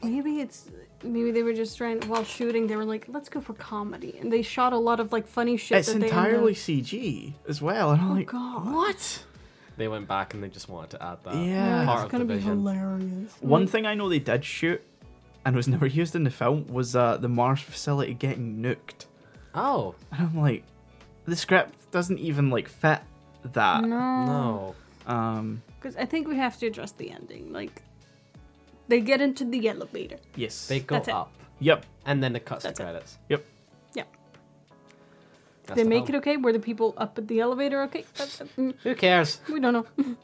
S3: Maybe it's maybe they were just trying while shooting. They were like, let's go for comedy, and they shot a lot of like funny shit.
S1: it's
S3: that they
S1: entirely cg as well and i'm like
S3: Oh, God.
S1: what
S2: they went back and they just wanted to add that.
S1: Yeah.
S2: part
S3: It's
S2: of
S3: gonna
S2: the
S3: be
S2: vision.
S3: hilarious.
S1: One thing I know they did shoot and was never used in the film was uh, the Mars facility getting nuked.
S2: Oh
S1: And I'm like, the script doesn't even like fit that.
S3: Mm. No,
S2: no.
S1: Um,
S3: because I think we have to address the ending. Like, they get into the elevator.
S1: yes.
S2: They go
S3: That's it.
S2: up,
S1: Yep.
S2: and then it cuts
S3: That's it.
S2: to credits.
S1: Yep.
S3: Yeah,
S2: That's
S3: they
S2: the
S3: make
S2: film.
S3: it okay. Were the people up at the elevator okay? Uh, uh, mm,
S2: Who cares?
S3: we don't know.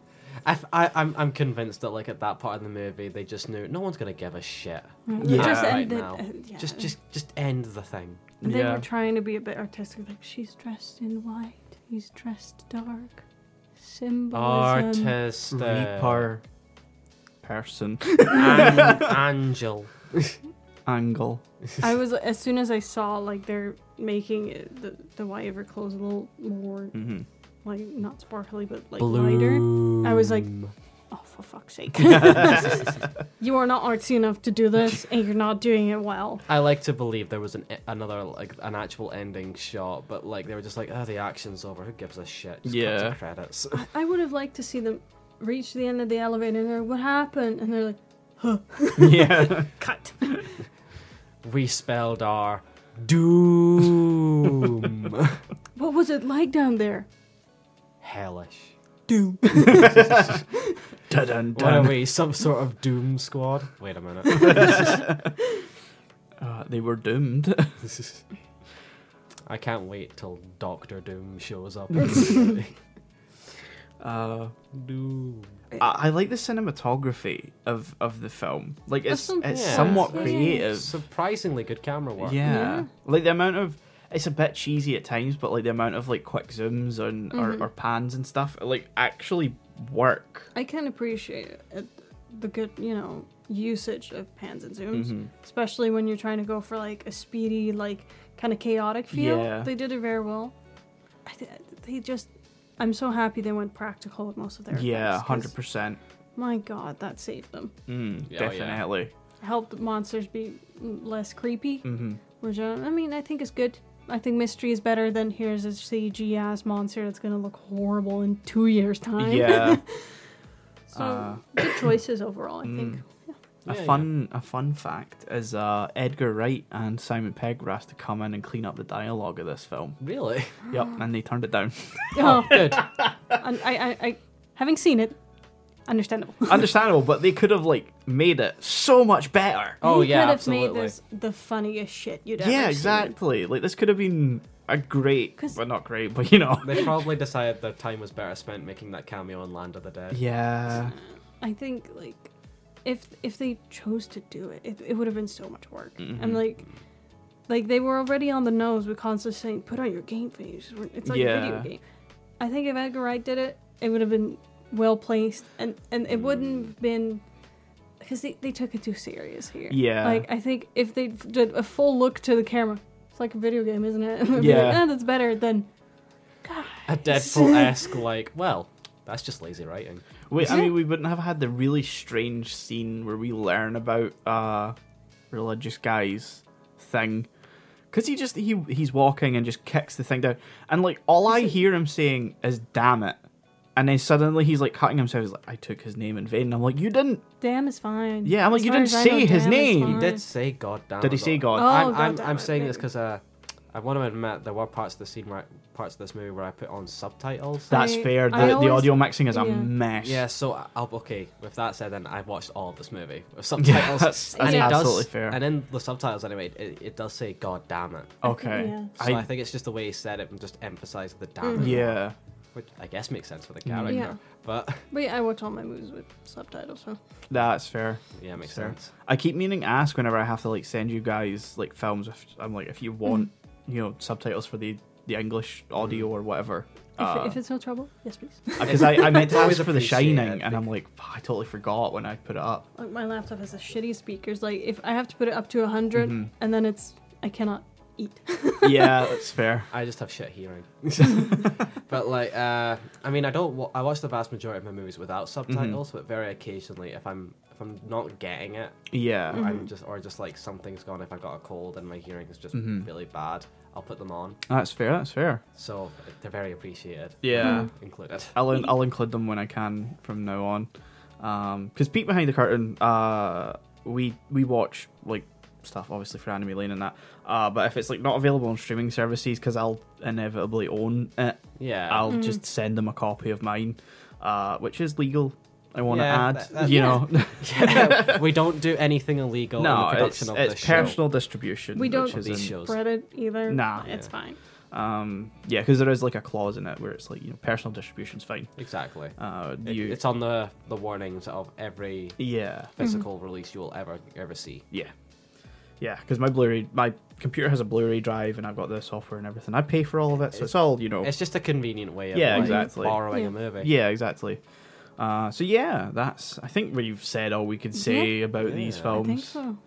S2: I, am I'm convinced that like at that part of the movie, they just knew no one's gonna give a shit.
S1: Yeah.
S3: Just
S2: right
S3: end it,
S2: now.
S3: uh, yeah.
S2: Just just just end the thing.
S3: They
S1: yeah.
S3: were trying to be a bit artistic. Like, she's dressed in white. He's dressed dark. Symbolism.
S2: Artist. uh,
S1: Reaper uh, person
S2: Angel.
S1: angle.
S3: I was as soon as I saw like they're making it, the the white of her clothes a little more
S1: Mm-hmm.
S3: like not sparkly but like lighter.
S2: Blue.
S3: I was like, Oh, for fuck's sake! you are not artsy enough to do this, and you're not doing it well.
S2: I like to believe there was an e, another like an actual ending shot, but like they were just like, oh, the action's over. Who gives a shit? Just cut to
S1: Yeah.
S2: credits.
S3: I would have liked to see them reach the end of the elevator. and They're like, what happened? And they're like,
S1: yeah.
S3: Cut.
S2: We spelled our doom
S3: What was it like down there?
S2: hellish.
S3: Doom.
S1: Dun, dun,
S2: What are
S1: dun.
S2: we? Some sort of doom squad? Wait a minute.
S1: Uh, they were doomed.
S2: I can't wait till Doctor Doom shows up.
S1: Uh,
S2: doom.
S1: I, I like the cinematography of, of the film. Like it's
S3: some-
S1: it's
S2: yeah.
S1: somewhat
S3: Yeah.
S1: creative.
S2: Surprisingly good camera work.
S1: Yeah.
S3: Yeah.
S1: Like the amount of it's a bit cheesy at times, but like the amount of like quick zooms and
S3: Mhm.
S1: or, or pans and stuff like actually work.
S3: I can appreciate it, the good, you know, usage of pans and zooms,
S1: Mhm.
S3: especially when you're trying to go for like a speedy, like kind of chaotic feel.
S1: Yeah.
S3: They did it very well. I th- they just, I'm so happy they went practical with most of their.
S1: Yeah,
S3: effects, 'cause
S1: hundred percent.
S3: My God, that saved them.
S1: Mm,
S2: Yeah, oh, yeah.
S1: definitely.
S3: Helped monsters be less creepy.
S1: hmm
S3: Which uh, I mean, I think is good. I think mystery is better than here's a CG ass monster that's gonna look horrible in two years' time.
S1: Yeah.
S3: so
S1: uh,
S3: good choices overall, I think.
S1: A
S2: Yeah, yeah.
S1: fun a fun fact is uh, Edgar Wright and Simon Pegg were asked to come in and clean up the dialogue of this film.
S2: Really?
S1: Yep, and they turned it down.
S3: Oh,
S2: Good.
S3: and I, I, I, having seen it, understandable.
S1: Understandable, but they could have like made it so much better.
S2: Oh
S3: They
S2: yeah,
S3: could have
S2: absolutely.
S3: made this the funniest shit you'd ever.
S1: yeah, exactly. Like this could have been a great,
S3: 'Cause-
S1: but not great, but you know.
S2: They probably decided their time was better spent making that cameo on Land of the Dead.
S1: Yeah,
S3: Seen. I think like, if if they chose to do it, it, it would have been so much work. And like, like they were already on the nose with constantly saying, "Put on your game face." It's like a video
S1: Yeah.
S3: game. I think if Edgar Wright did it, it would have been well placed, and and it wouldn't have been. Because they, they took it too serious here.
S1: yeah.
S3: Like I think if they did a full look to the camera, it's like a video game, isn't it? It'd be
S1: Yeah.
S3: like, "Ah, that's better than
S2: A Deadpool-esque like, well, that's just lazy writing.
S1: Wait, I mean, we wouldn't have had the really strange scene where we learn about uh religious guys thing, because he just he he's walking and just kicks the thing down, and like all I hear him saying is "damn it," and then suddenly he's like cutting himself. He's like, "I took his name in vain," and I'm like, "You didn't."
S3: damn is fine.
S1: Yeah, I'm like,
S3: As
S1: you
S3: far
S1: didn't
S3: as I know,
S1: say his
S3: damn is
S1: name. He
S2: He
S3: fine.
S2: did say God damn.
S1: Did he
S2: it,
S1: say
S2: though.
S1: God?
S3: Oh,
S2: I'm,
S3: God
S2: I'm,
S3: damn
S2: I'm
S3: it,
S2: saying this
S3: maybe.
S2: because uh, I want to admit there were parts of the scene where parts of this movie where I put on subtitles.
S1: That's
S3: I-
S1: fair. The,
S3: I always-
S1: the audio mixing is a
S3: yeah.
S1: mess.
S2: yeah, so I- I'll, okay. With that said, then I've watched all of this movie with subtitles.
S1: that's-
S2: and
S3: that's
S2: it does-
S1: absolutely fair.
S2: And in the subtitles, anyway, it, it does say "God damn it."
S1: Okay.
S3: Yeah.
S2: So I, think it's just the way he said it and just emphasized the damn. it,
S1: Mm. yeah. Mm.
S2: which I guess makes sense for the character.
S3: Yeah.
S2: But
S3: But yeah, I watch all my movies with subtitles, so
S1: That's fair.
S2: yeah, it makes
S1: Fair.
S2: sense.
S1: I keep meaning to ask whenever I have to like send you guys like films. If I'm like, if you want, you know, subtitles for the the English audio or whatever.
S3: if,
S1: Because
S3: if it's no trouble, yes please.
S1: I, I meant to
S2: Always
S1: ask for The
S2: appreciate
S1: Shining,
S2: it,
S1: and I'm like, "Fuck, I totally forgot when I put it up.
S3: Like my laptop has a shitty speakers. Like if I have to put it up to 100
S1: Mm-hmm.
S3: and then it's I cannot eat.
S1: yeah, that's fair.
S2: I just have shit hearing. but like, uh, I mean, I don't. Wa- I watch the vast majority of my movies without
S1: Mm-hmm.
S2: subtitles, but very occasionally, if I'm if I'm not getting it,
S1: Yeah,
S3: Mm-hmm.
S2: I'm just or just like something's gone. If I got a cold and my hearing is just
S1: Mm-hmm.
S2: really bad, I'll put them on.
S1: that's fair. That's fair.
S2: So they're very appreciated.
S1: Yeah.
S3: Mm-hmm.
S2: included.
S1: I'll in- I'll include them when I can from now on. Because peek behind the curtain, uh, we we watch like stuff obviously for Anime Lane and that. Uh, but if it's like not available on streaming services, because I'll inevitably own it,
S2: Yeah,
S1: I'll just send them a copy of mine, uh, which is legal. I want to
S2: Yeah,
S1: add,
S2: that- that-
S1: you
S3: Yeah.
S1: know,
S2: we don't do anything illegal in the
S1: no, it's,
S2: production of
S1: it's
S2: this
S1: personal distribution.
S3: We don't-
S1: which is
S2: These
S1: in-
S2: shows.
S3: Spread it either.
S1: Nah.
S3: It's fine.
S1: um, yeah, because there is like a clause in it where it's like you know, personal distribution's fine.
S2: show. Exactly.
S1: Uh,
S2: It-
S1: you,
S2: it's on the the warnings of every
S1: yeah,
S3: Mm-hmm.
S2: physical release you will ever ever see.
S1: yeah, yeah. Because my Blu-ray, my computer has a Blu-ray drive, and I've got the software and everything. I pay for all of it, so it's all you know.
S2: It's just a convenient way of
S1: Yeah,
S2: like,
S1: exactly.
S2: borrowing
S3: Yeah.
S2: a movie.
S1: Yeah, exactly. Uh, so yeah, that's. I think we've said all we could say about these
S2: Yeah.
S1: films.
S3: I think so.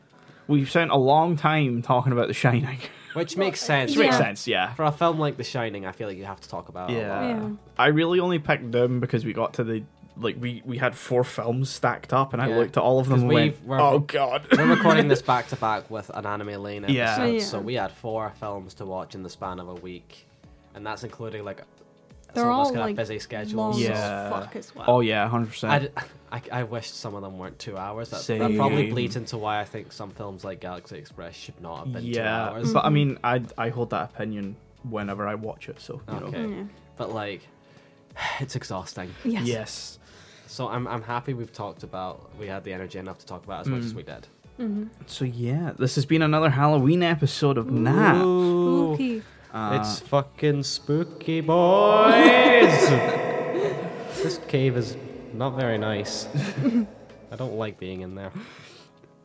S1: We've spent a long time talking about The Shining.
S2: Which makes sense.
S1: Which
S3: Yeah.
S1: makes sense, yeah. Oh,
S2: For a film like The Shining, I feel like you have to talk about it. a
S1: Yeah.
S2: lot.
S3: Yeah.
S1: I really only picked them because we got to the like we we had four films stacked up, and I
S2: Yeah.
S1: looked at all of them and
S2: 'Cause
S1: went,
S2: we've- we're-
S1: "Oh God."
S2: We're recording this back to back with an anime lane episode,
S1: Yeah.
S3: Yeah.
S2: so we had four films to watch in the span of a week, and that's including like
S3: They're
S2: some of us
S3: all,
S2: can have
S3: like,
S2: busy
S3: Long
S2: schedules.
S3: as
S1: Yeah.
S3: fuck as well.
S1: Oh yeah, hundred percent.
S2: I'd- I, I wish some of them weren't two hours. That, that probably
S1: Same.
S2: bleeds into why I think some films like Galaxy Express should not have been
S1: Yeah,
S2: two hours. Mm-hmm.
S1: but I mean, I I hold that opinion whenever I watch it. So you know.
S2: Okay. But like, it's exhausting.
S3: Yeah. Yes.
S1: Yes.
S2: So I'm, I'm happy we've talked about, we had the energy enough to talk about as much as we did.
S1: So yeah, this has been another Halloween episode of
S2: Ah.
S1: Nat.
S3: Spooky.
S2: It's fucking spooky, boys! this cave is not very nice. I don't like being in there.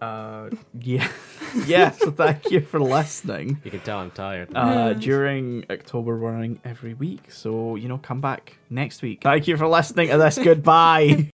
S1: Uh, yeah. yeah. So thank you for listening.
S2: You can tell I'm tired.
S1: Uh, during October, we're running every week, so you know, come back next week. Thank you for listening to this. Goodbye.